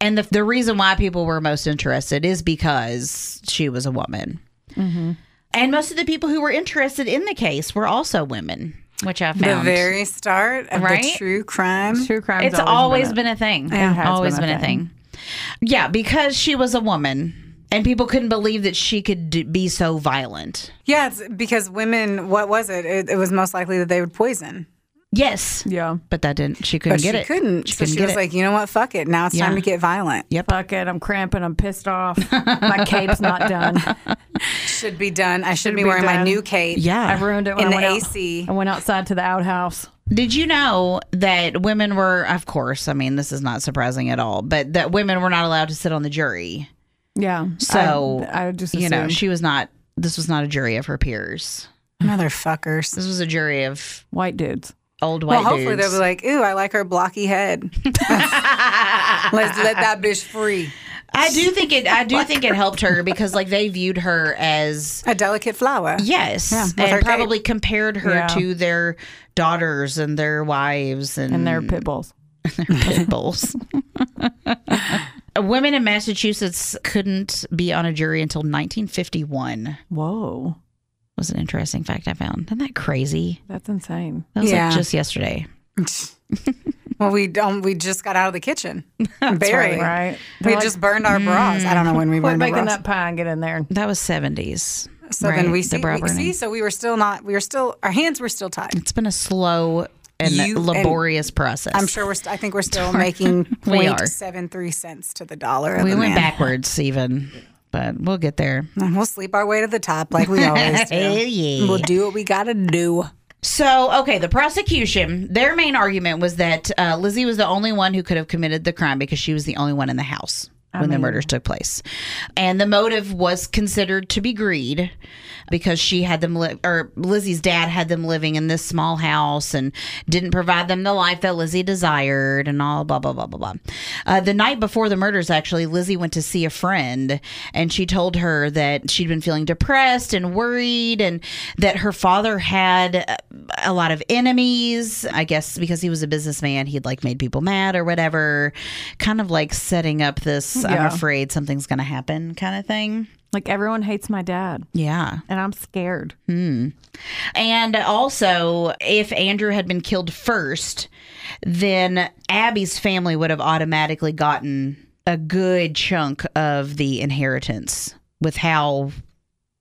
And the the reason why people were most interested is because she was a woman. And most of the people who were interested in the case were also women, which I The found. very start of the Right? true crime. True crime. it's always been a thing. It has always been a been a thing. Yeah, because she was a woman and people couldn't believe that she could d- be so violent. Yeah, it's because women. What was it? it? It was most likely that they would poison, Yes. Yeah. But that didn't she couldn't but she get it. couldn't. She so couldn't she get was it. like, you know what? Fuck it. Now it's time Yeah. to get violent. Fuck it. I'm cramping. I'm pissed off. My cape's not [LAUGHS] done. Should be done. I should, be, be wearing my done. new cape. yeah. I ruined it In when I the went out- AC. I went outside to the outhouse. Did you know that women were, of course, I mean, this is not surprising at all, but that women were not allowed to sit on the jury. Yeah. So, I, I just you know, assumed. she was not, this was not a jury of her peers. Motherfuckers. This was a jury of white dudes. old white Well, hopefully dudes. they'll be [LAUGHS] like, ooh, I like her blocky head. Let's let that bitch free. I do think it. I do think it [LAUGHS] helped her because like they viewed her as A delicate flower. yes, with her and cape. probably compared her Yeah. to their daughters and their wives and, and they're pit bulls. [LAUGHS] pit bulls. Women in Massachusetts couldn't be on a jury until 1951. Whoa, Was an interesting fact I found. Isn't that crazy? that's insane. That was Yeah. like just yesterday. [LAUGHS] Well, we um, we just got out of the [LAUGHS] kitchen. Barely. Right? We They're like, just burned our bras. I don't know when "Mm, we quit burned our making bras. that pie and get in there. That was 70s. so right, then we the see, bra we burning. see. So we were still not. We were still. Our hands were still tied. It's been a slow and You- and laborious process. I'm sure we're. St- I [LAUGHS] think we're still making We are. point seven three cents to the dollar. of we a man. went backwards even, but we'll get there. And we'll sleep our way to the top like we [LAUGHS] always do. Hell yeah. We'll do what we gotta do. So, okay, the prosecution, their main argument was that uh, Lizzie was the only one who could have committed the crime because she was the only one in the house when the murders took place. And the motive was considered to be greed because she had them li- or Lizzie's dad had them living in this small house and didn't provide them the life that Lizzie desired and all blah blah blah blah blah. Uh, the night before the murders actually, Lizzie went to see a friend and she told her that she'd been feeling depressed and worried and that her father had uh, a lot of enemies, I guess because he was a businessman, he'd like made people mad or whatever, kind of like setting up this Yeah. I'm afraid something's going to happen kind of thing. Like everyone hates my dad, Yeah. and I'm scared. And also, if Andrew had been killed first, then Abby's family would have automatically gotten a good chunk of the inheritance with how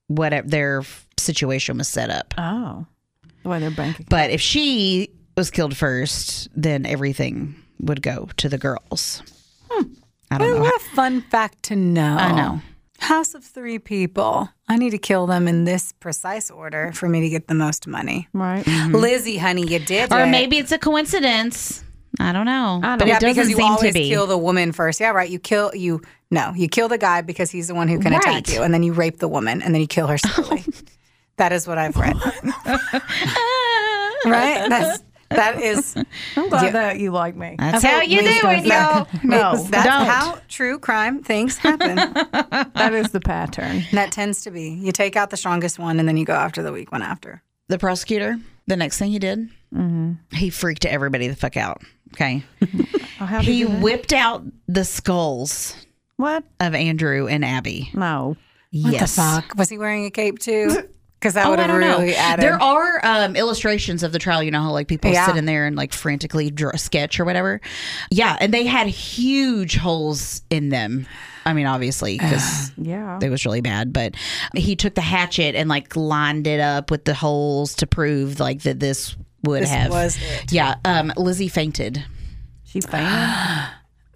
whatever their situation was set up. Oh, the way they're banking. But if she was killed first, then everything would go to the girls. Hmm. I don't What, know. what a fun fact to know. I know. House of three people. I need to kill them in this precise order for me to get the most money. Right? Lizzie, honey, you did Mm-hmm. Or it. maybe it's a coincidence. I don't know. I don't know. but yeah, it doesn't because you seem always to be. kill the woman first. Yeah, right. You kill you. No, you kill the guy because he's the one who can Right. Oh. attack you, and then you rape the woman, and then you kill her slowly. that is what I've [LAUGHS] read. right. That's that is I'm glad Yeah. that you like me. That's how you do Please don't. it, y'all. No, that's don't. how true crime things happen. [LAUGHS] That is the pattern. that tends to be you take out the strongest one, and then you go after the weak one after. the prosecutor, the next thing he did, Mm-hmm. he freaked everybody the fuck out. [LAUGHS] Okay. Oh, how He you do that? whipped out the skulls what? of Andrew and Abby. No. What yes. the fuck? Was he wearing a cape too? Because that Oh, would I have don't really know. added. There are um, illustrations of the trial. You know how like people Yeah. sit in there and like frantically draw a sketch or whatever. Yeah, and they had huge holes in them. I mean, obviously [SIGHS] [SIGHS] because Yeah. it was really bad. But he took the hatchet and like lined it up with the holes to prove like that this would This have. was it. Yeah, um, Lizzie fainted. She fainted.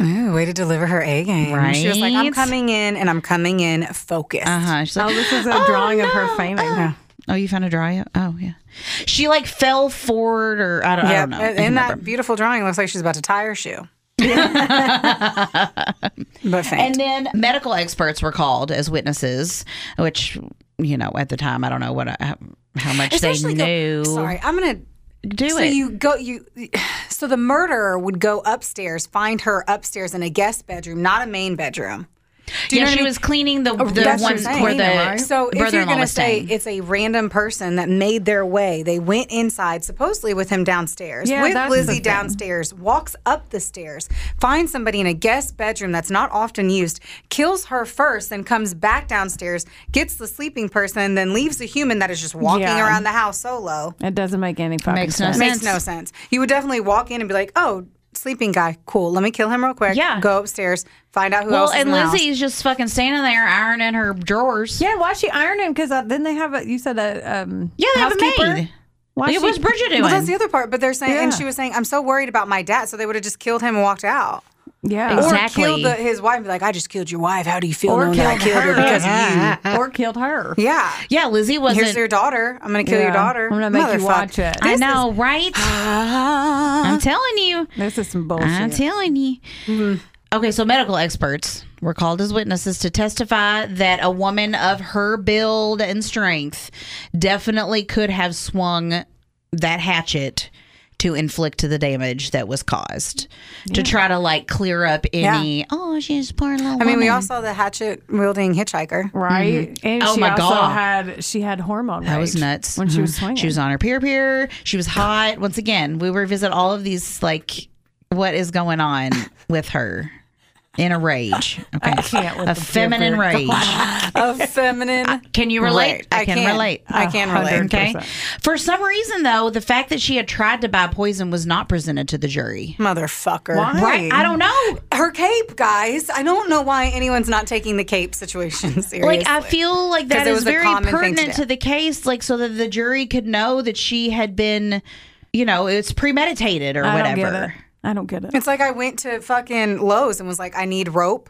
Ooh, way to deliver her A game. She was like, I'm Right? coming in and I'm coming in focused. Uh huh. She's like, Oh, this [GASPS] is a drawing of her fainting. oh, you found a dry. Oh, yeah. She like fell forward, or I don't, I Yeah, don't know. I and can't and that remember. beautiful drawing looks like she's about to tie her [LAUGHS] shoe. but And faint. then medical experts were called as witnesses, which you know at the time I don't know what I, how much Especially they go- knew. sorry, I'm gonna do so it. you go you so the murderer would go upstairs, find her upstairs in a guest bedroom, not a main bedroom. Do you know yeah, what I she mean? Oh, was cleaning the the That's what one I'm saying. where the so if you're brother-in-law going to was say staying. it's a random person that made their way, they went inside supposedly with him downstairs, Yeah, with that's the Lizzie thing. downstairs, walks up the stairs, finds somebody in a guest bedroom that's not often used, kills her first, then comes back downstairs, gets the sleeping person, and then leaves a human that is just walking Yeah. around the house solo. It doesn't make any fucking Makes no sense. sense. Makes no sense. You would definitely walk in and be like, oh. Sleeping guy, cool. Let me kill him real quick. Yeah. Go upstairs, find out who well, else is and in the house. Lizzie's just fucking standing there ironing her drawers. Yeah, why is she ironing? Because then they have a. You said a. Um, yeah, they have housekeeper? a maid. Why It she- was Bridget doing. Well, that's the other part. But they're saying, and Yeah. she was saying, I'm so worried about my dad. So they would have just killed him and walked out. Yeah. Exactly. Or killed the, his wife and be like, I just killed your wife. How do you feel Or knowing that I killed killed her her. because of [LAUGHS] Or, or killed her. you? Yeah. yeah, Lizzie wasn't. Here's your daughter. I'm going to kill Yeah. your daughter. I'm gonna make you Motherfuck. watch it. I This know, [GASPS] right? I'm telling you. This is some I'm bullshit. telling you. Mm-hmm. Okay, so medical experts were called as witnesses to testify that a woman of her build and strength definitely could have swung that hatchet to inflict the damage that was caused to try to like clear up any. Oh, she's a poor little. I mean, we all saw the hatchet wielding hitchhiker. right? And Oh she my also God. had she had hormone. That was rage nuts. when she was Mhm. swinging. She was on her peer peer. She was hot. Once again, we revisit all of these like what is going on with her in a rage. Okay. can't with a the [LAUGHS] feminine peer peer. rage. Of feminine. Can you relate? I I can can. relate. I can relate. Okay. 100%. For some reason though, the fact that she had tried to buy poison was not presented to the jury. Motherfucker. Why? Right? I don't know. Her cape, guys. I don't know why anyone's not taking the cape situation [LAUGHS] seriously. Like I feel like that it is was a very common thing to pertinent do. to the case, like so that the jury could know that she had been, you know, it's premeditated or I don't whatever. get it. I don't get it. It's like I went to fucking Lowe's and was like, I need rope,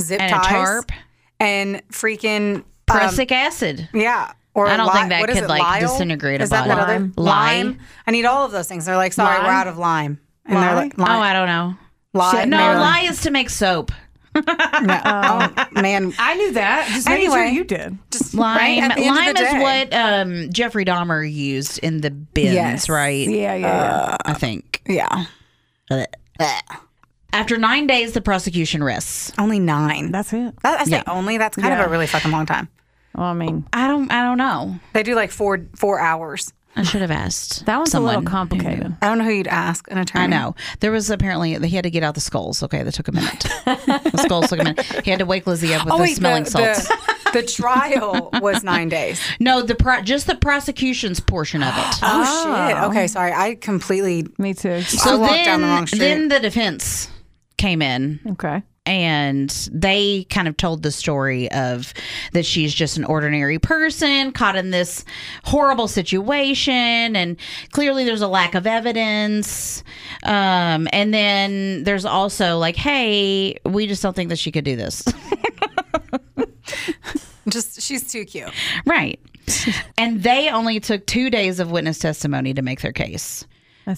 zip And a ties, tarp. and freaking um, um, Prussic acid. yeah. Or I don't li- think that what is could, it, like, Lyle? disintegrate a Is that body. what other Lime. lime? Lime. I need all of those things. They're like, sorry, we're Lime? out of lime, and they're like, Oh, lime, I don't know. lime. No, They're like, lie is to make soap. oh, man, I knew that. Just making sure you you did. just Lime, right at the end lime of the is day. what um, Jeffrey Dahmer used in the bins, Yes. right? Yeah, yeah, yeah. I think. Yeah, After nine days, the prosecution rests. only nine. That's it. That, I say only. That's kind Yeah. of a really fucking long time. Well, I mean, I don't. I don't know. They do like four four hours. I should [SIGHS] have asked. that one's someone a little who complicated. I don't know who you'd ask an attorney. I know. There was apparently he had to get out the skulls. Okay, that took [LAUGHS] a minute. the skulls took a minute. He had to wake Lizzie up with Oh the wait, smelling the, salts. the, the trial was nine [LAUGHS] days. no, the pro- just the prosecution's [GASPS] portion of it. Oh, shit. Okay, sorry. I completely. Me too. I walked down the wrong street. then the defense came in Okay. and they kind of told the story of that she's just an ordinary person caught in this horrible situation and clearly there's a lack of evidence um, and then there's also like hey we just don't think that she could do this [LAUGHS] just she's too cute. right and they only took two days of witness testimony to make their case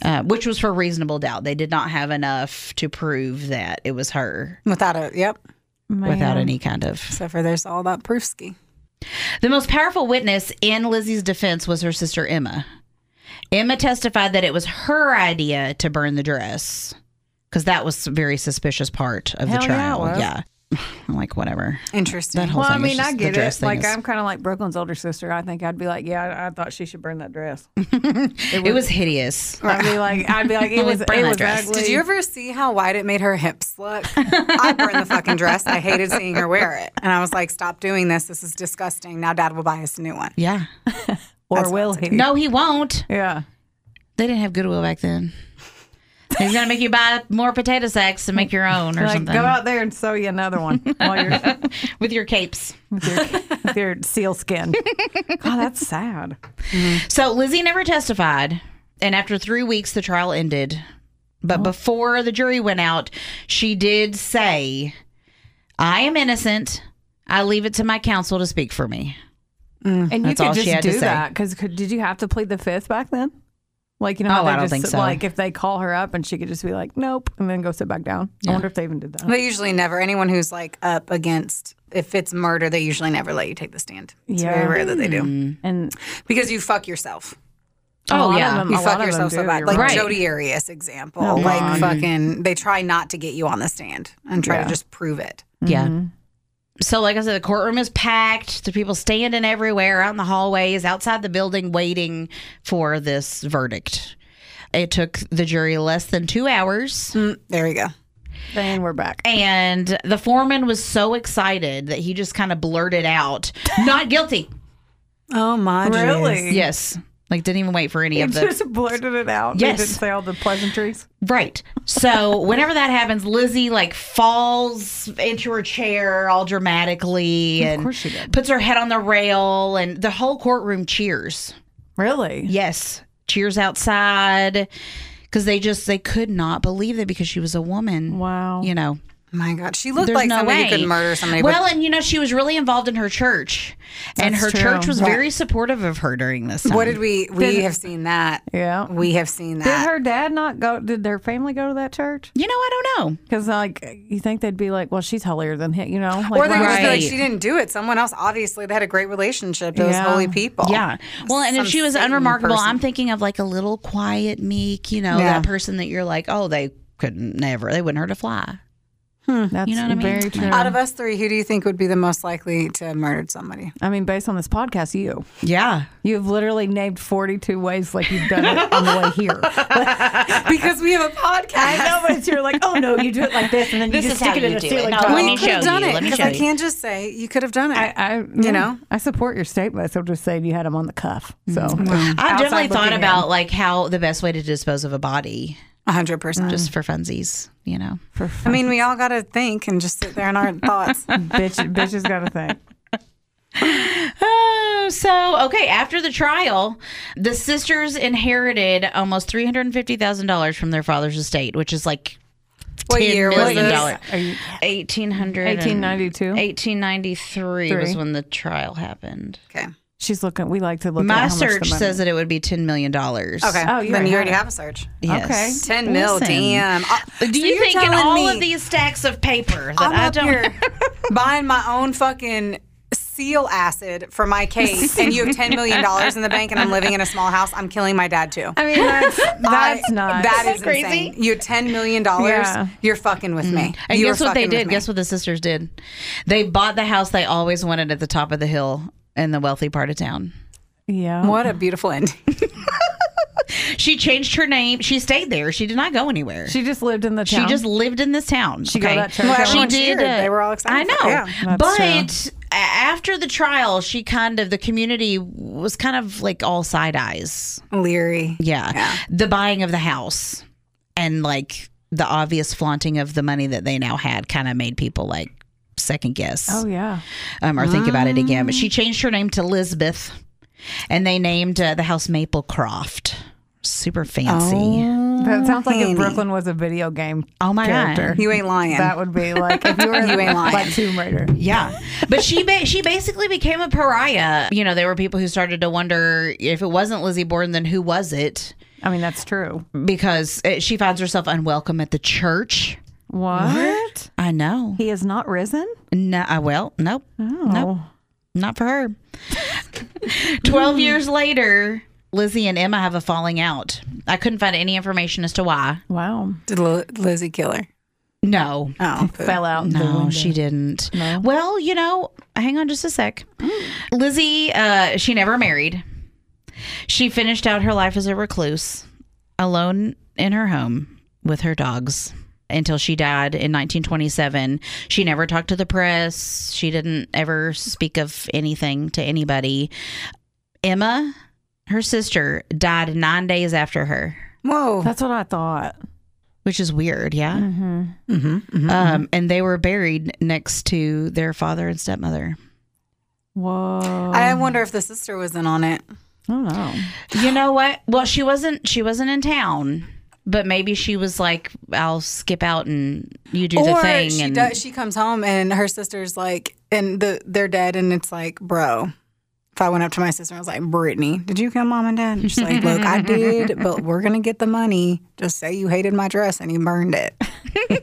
uh, which was for reasonable doubt they did not have enough to prove that it was her Without a yep. without any kind of So for there's all that proofski. The most powerful witness in Lizzie's defense was her sister Emma. Emma testified that it was her idea to burn the dress because that was a very suspicious part of Hell the yeah, it trial. was. Yeah, [SIGHS] I'm like whatever. Interesting. That whole Well, I thing is mean, I just- the get dress it. thing Like, is- I'm kind of like Brooklyn's older sister. I think I'd be like, yeah, I, I thought she should burn that dress. it was hideous. I'd be like, I'd be like, it [LAUGHS] Like, was, burn it that was dress. ugly. Did you ever see how wide it made her hips look? I burned the fucking dress. I hated seeing her wear it, and I was like, "Stop doing this. This is disgusting." Now Dad will buy us a new one. Yeah. or will he? No, he won't. Yeah. They didn't have Goodwill back then. He's gonna make you buy more potato sacks and make your own or Like, something go out there and sew you another [LAUGHS] one while you're with your capes. with your, with your seal skin. God, that's sad. So Lizzie never testified, and after three weeks, the trial ended. Oh. But before the jury went out, she did say, "I am innocent. I leave it to my counsel to speak for me." And you That's all could she just had to do say. that because did you have to plead the fifth back then? Like you know, how Oh, they I don't just, think so. Like if they call her up and she could just be like, "Nope," and then go sit back down. I wonder if they even did that. They usually never. Anyone who's like up against, if it's murder, they usually never let you take the stand. It's Yeah. very rare that they do And because you fuck yourself. a Oh, lot of yeah. them- You a lot fuck of yourself them so do, bad. you're Like right. Jody Arias example. like fucking, they try not to get you on the stand and try Yeah. to just prove it. Yeah. Mm-hmm. So, like I said, the courtroom is packed. The people standing everywhere, out in the hallways, outside the building, waiting for this verdict. It took the jury less than two hours. Mm, There we go. then we're back. And the foreman was so excited that he just kind of blurted out, "Not guilty." Oh my, Really? [LAUGHS] Yes. Like didn't even wait for any He of the just blurted it out. Yes. They didn't say all the pleasantries. [LAUGHS] right. So whenever that happens, Lizzie like falls into her chair all dramatically and course she did. puts her head on the rail, and the whole courtroom cheers. Really? Yes, cheers outside because they just they could not believe it because she was a woman. Wow. You know, My God, she looked There's like no somebody way. who could murder somebody. with- Well, and you know, she was really involved in her church, and That's her true. church was Yeah. very supportive of her during this. Time. what did we? We Did- have seen that. Yeah. we have seen Did that. her dad not go? Did their family go to that church? You know, I don't know. Because like you think they'd be like, well, she's holier than him, you know? Like, or they would why- just be like, Right. she didn't do it. Someone else, obviously, they had a great relationship. Those Yeah. holy people. Yeah. Well, and if Oh, Some she was Satan unremarkable, person. I'm thinking of like a little quiet, meek, you know, Yeah. that person that you're like, oh, they couldn't never, they wouldn't hurt a fly. That's you know what I mean? very true. Out of us three, who do you think would be the most likely to have murdered [LAUGHS] somebody? I mean, based on this podcast, you Yeah. you've literally named forty two ways like you've done it on the way [LAUGHS] here. because we have a podcast. know, but you're like, oh no, you do it like this, and then This is how you do tile. it. No, let We me could have show done you. it Let me because show I you. can't just say you could have done it. I, I mm, You know? I support your statement. So I'm just saying you had him on the cuff. So I've definitely outside looking thought in. about like how the best way to dispose of a body A hundred percent. just for funsies, you know. I mean, we all got to think and just sit there [LAUGHS] in our thoughts. [LAUGHS] bitch, bitch has got to think. Oh, so okay. After the trial, the sisters inherited almost three hundred and fifty thousand dollars from their father's estate, which is like What year was million this? dollar. Are you- 1800 1892? 1893 was Three. when the trial happened. Okay. She's looking. We like to look. at My how much the search money- says that it would be 10 million dollars. Okay. Oh, you then already you already had it. have a search. Yes. Okay. 10 mil. Listen. Damn. Uh, Do so you you're think in telling all me of these stacks of paper that I'm I up don't [LAUGHS] here buying my own fucking seal acid for my [LAUGHS] case and you have $10 million in the bank and I'm living in a small house, I'm killing my dad too. I mean, that's [LAUGHS] that's I- not That is crazy? Mm. insane. You had $10 million. Yeah. You're fucking with me. And You guess are what they fucking with did? me. Guess what the sisters did? They bought the house they always wanted at the top of the hill in the wealthy part of town. yeah. What a beautiful ending. [LAUGHS] She changed her name. She stayed there. She did not go anywhere. She, She just lived in the town. just lived in this town. She go okay? to that church Well, every she everyone did. cheered. uh, They were all excited for I know. it. Yeah. That's but a- after the trial, she kind of the community was kind of like all side eyes. Leery. Yeah. The buying of the house and like the obvious flaunting of the money that they now had kind of made people like second guess Oh yeah. um, or think about it again. But she changed her name to Lisbeth and they named uh, the house Maplecroft. Super fancy. Oh, That sounds like Penny. if Brooklyn was a video game. my character. God. You ain't lying. That would be like if [LAUGHS] you were You ain't lying. like Tomb Raider. Yeah, [LAUGHS] but she ba- she basically became a pariah. You know, there were people who started to wonder if it wasn't Lizzie Borden, then who was it? I mean, that's true. Because uh she finds herself unwelcome at the church. What? I know. He is not risen. No, I well, nope, nope, Oh, not for her. Twelve years later, Lizzie and Emma have a falling out. I couldn't find any information as to why. Wow. Did Li- Lizzie kill her? No, Oh. Fell out. the no, window. she didn't. No? Well, you know, hang on just [GASPS] a sec. Lizzie, uh, she never married. She finished out her life as a recluse, alone in her home with her dogs until she died in 1927. She never talked to the press. She didn't ever speak of anything to anybody. Emma, her sister, died nine days after her, Whoa. That's what I thought. which is weird. Yeah. Mm-hmm, Um, and they were buried next to their father and stepmother. Whoa. Oh, I I wonder if the sister was in on it. don't know. You know what? Well, she wasn't. She wasn't in town, but maybe she was like, "I'll skip out and you do the or thing." she and does, she comes home and her sister's like, and the they're dead, and it's like, bro. If I went up to my sister and I was like, Brittany, did you kill mom and dad? And she's like, look, [LAUGHS] I did, but we're gonna get the money. Just say you hated my dress and you burned [LAUGHS] it.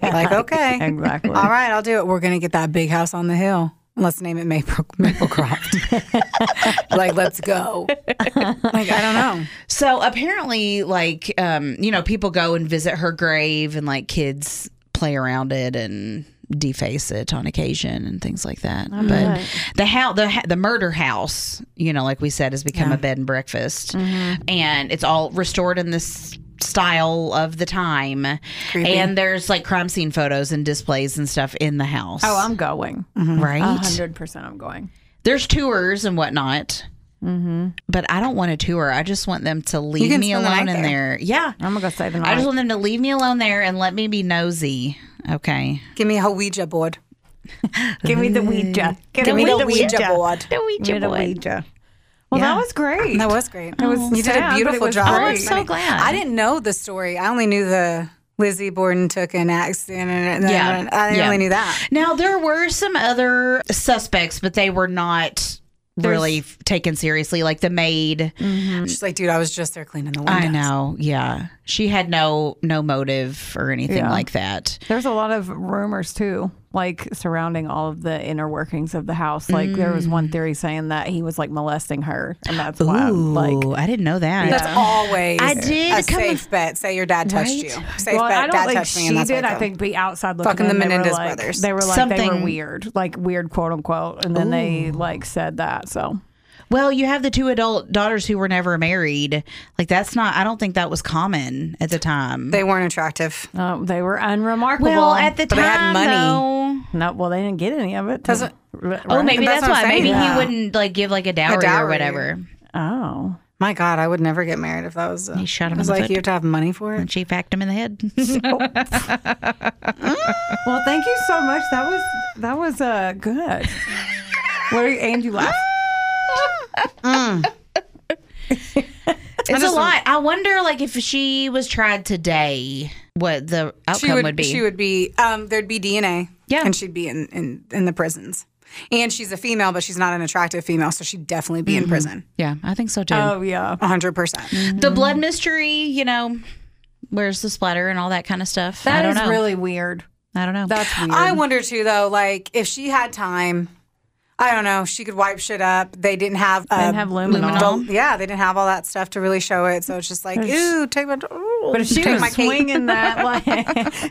like, okay, Exactly. all right, I'll do it. We're gonna get that big house on the hill. Let's name it Maple Maplecroft. [LAUGHS] like, let's go. Like, I don't know. so apparently, like, um, you know, people go and visit her grave, and like kids play around it and deface it on occasion and things like that. but right. the house, the ha- the murder house, you know, like we said, has become a bed and breakfast, Mm-hmm. and it's all restored in this style of the time and there's like crime scene photos and displays and stuff in the house Oh, I'm going. right? A hundred percent, I'm going. There's tours and whatnot. But I don't want a tour. I just want them to leave can me spend the night alone in there. Yeah. I'm gonna go stay the I night. just want them to leave me alone there and let me be nosy. Okay. Give me a Ouija board. Give me the Ouija. Give, Give me the Ouija board. The Ouija the board. Ouija. Well, Yeah. that was great. That was great. was you did sad, a but it beautiful was job. great. It I'm was so funny. glad. I didn't know the story. I only knew the Lizzie Borden took an accident. And, and Yeah. I Yeah. only knew that. Now there were some other suspects, but they were not really f- taken seriously. Like the maid, She's like, dude, I was just there cleaning the window. Mm. I know, yeah, she had no no motive or anything Yeah. like that. There's a lot of rumors too, like surrounding all of the inner workings of the house. Like there was one theory saying that he was like molesting her, and that's why like Ooh, I didn't know that. That's always I did a come safe bet. Say your dad touched Right? you. Safe Well, bet. I dad don't think touched me. she and that's did. what I think be outside looking. Fucking the in, they were Menendez like- brothers. They were like they Something- were weird, like weird, quote unquote, and then they like said that. So Well, you have the two adult daughters who were never married. Like that's not. I don't think that was common at the time. they weren't attractive. um, they were unremarkable. well, at the But they had time, money. though- no, well, they didn't get any of it. Doesn't- Right. Oh, maybe That's that's, what I'm why. saying. Maybe Yeah. he wouldn't like give like a dowry, dowry. or whatever. Oh, My God, I would never get married if that was. Uh, He shot him I was in the like, foot. you have to have money for it. And she packed him in the [LAUGHS] head. well, thank you so much. That was that was uh good. what are you, and you laughed. It's a lot. I wonder, like, if she was tried today, what the outcome She would, would, be. She would be. Um, there'd be DNA. Yeah. and she'd be in, in in the prisons. And she's a female, but she's not an attractive female, so she'd definitely be in Mm-hmm. prison. yeah, I think so too. Um, Oh yeah. hundred percent. the blood mystery, you know, where's the splatter and all that kind of stuff. I That don't is know. really weird. I don't know. That's weird. I wonder too, though, like if she had time, I don't know, she could wipe shit up. They didn't have, uh, didn't have luminol. don't- yeah, they didn't have all that stuff to really show it. So it's just like, ooh, take my, ooh, but if she take was my cake. [LAUGHS] swinging that, like,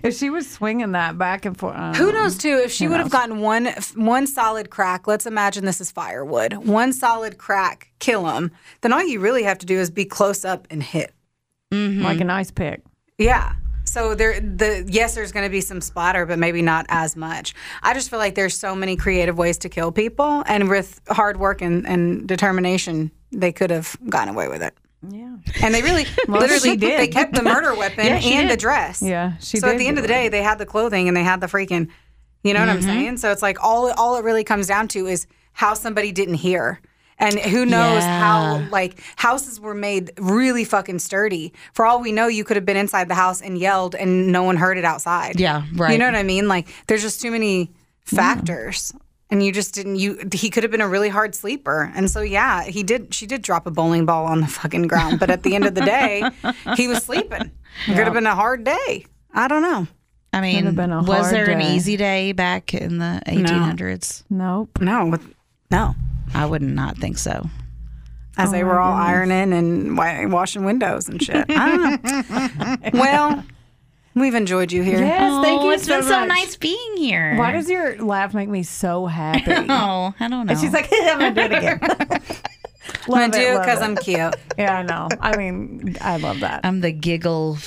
if she was swinging that back and forth, um, I don't Who know. knows too? If she would have gotten one one solid crack, let's imagine this is firewood. One solid crack, kill him. Then all you really have to do is be close up and hit. like an ice pick. Yeah. So there, the yes, there's going to be some splatter, but maybe not as much. I just feel like there's so many creative ways to kill people, and with hard work and, and determination, they could have gotten away with it. Yeah. And they really, [LAUGHS] Well, literally, she did. they kept the [LAUGHS] murder weapon Yeah, she and the did. dress. Yeah, she So at did the end do of the day, they had the clothing and they had the freaking, you know what Mm-hmm. I'm saying? So it's like all all it really comes down to is how somebody didn't hear. And who knows Yeah. how like houses were made really fucking sturdy. For all we know, you could have been inside the house and yelled and no one heard it outside. Yeah, right. You know what I mean? Like there's just too many factors. And you just didn't you he could have been a really hard sleeper. And so yeah, he did she did drop a bowling ball on the fucking ground. But at the end of the day, he was sleeping. It could have been a hard day. I don't know. I mean, been a was hard there an day. easy day back in the 1800s? Nope. No, with- no. I would not think so. As Oh they were all ironing and wa- washing windows and shit. I don't know. [LAUGHS] well, we've enjoyed you here. Yes, thank you it's so been so much. nice being here. Why does your laugh make me so happy? [LAUGHS] Oh, I don't know. She's like, [LAUGHS] I'm gonna do it again. I'm gonna Love do it, it love because it. I'm cute. Yeah, I know. I mean, I love that. I'm the giggle,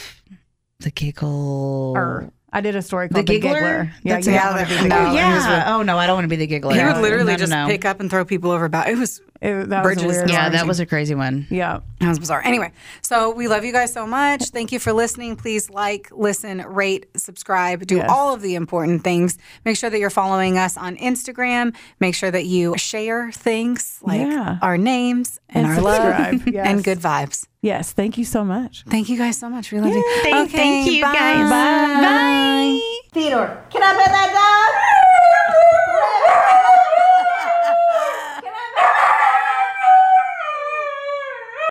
the giggle. Or- I did a story called The, giggler? Yeah, That's- you yeah, don't wanna that- be the no. giggler. yeah. Oh no, I don't want to be the giggler. He would literally No, no, just no. pick up and throw people over. About it was It- that Bridges. was a weird Yeah, one. that was a crazy one. Yeah. That was bizarre. Anyway, so we love you guys so much. Thank you for listening. Please like, listen, rate, subscribe, do Yes. all of the important things. Make sure that you're following us on Instagram. Make sure that you share things like Yeah. our names and, And our love subscribe, yes. [LAUGHS] and good vibes. Yes. Thank you so much. Thank you guys so much. We love you. Thank, Okay, thank you guys. bye. Bye. Theodore, can I pet that dog? [LAUGHS]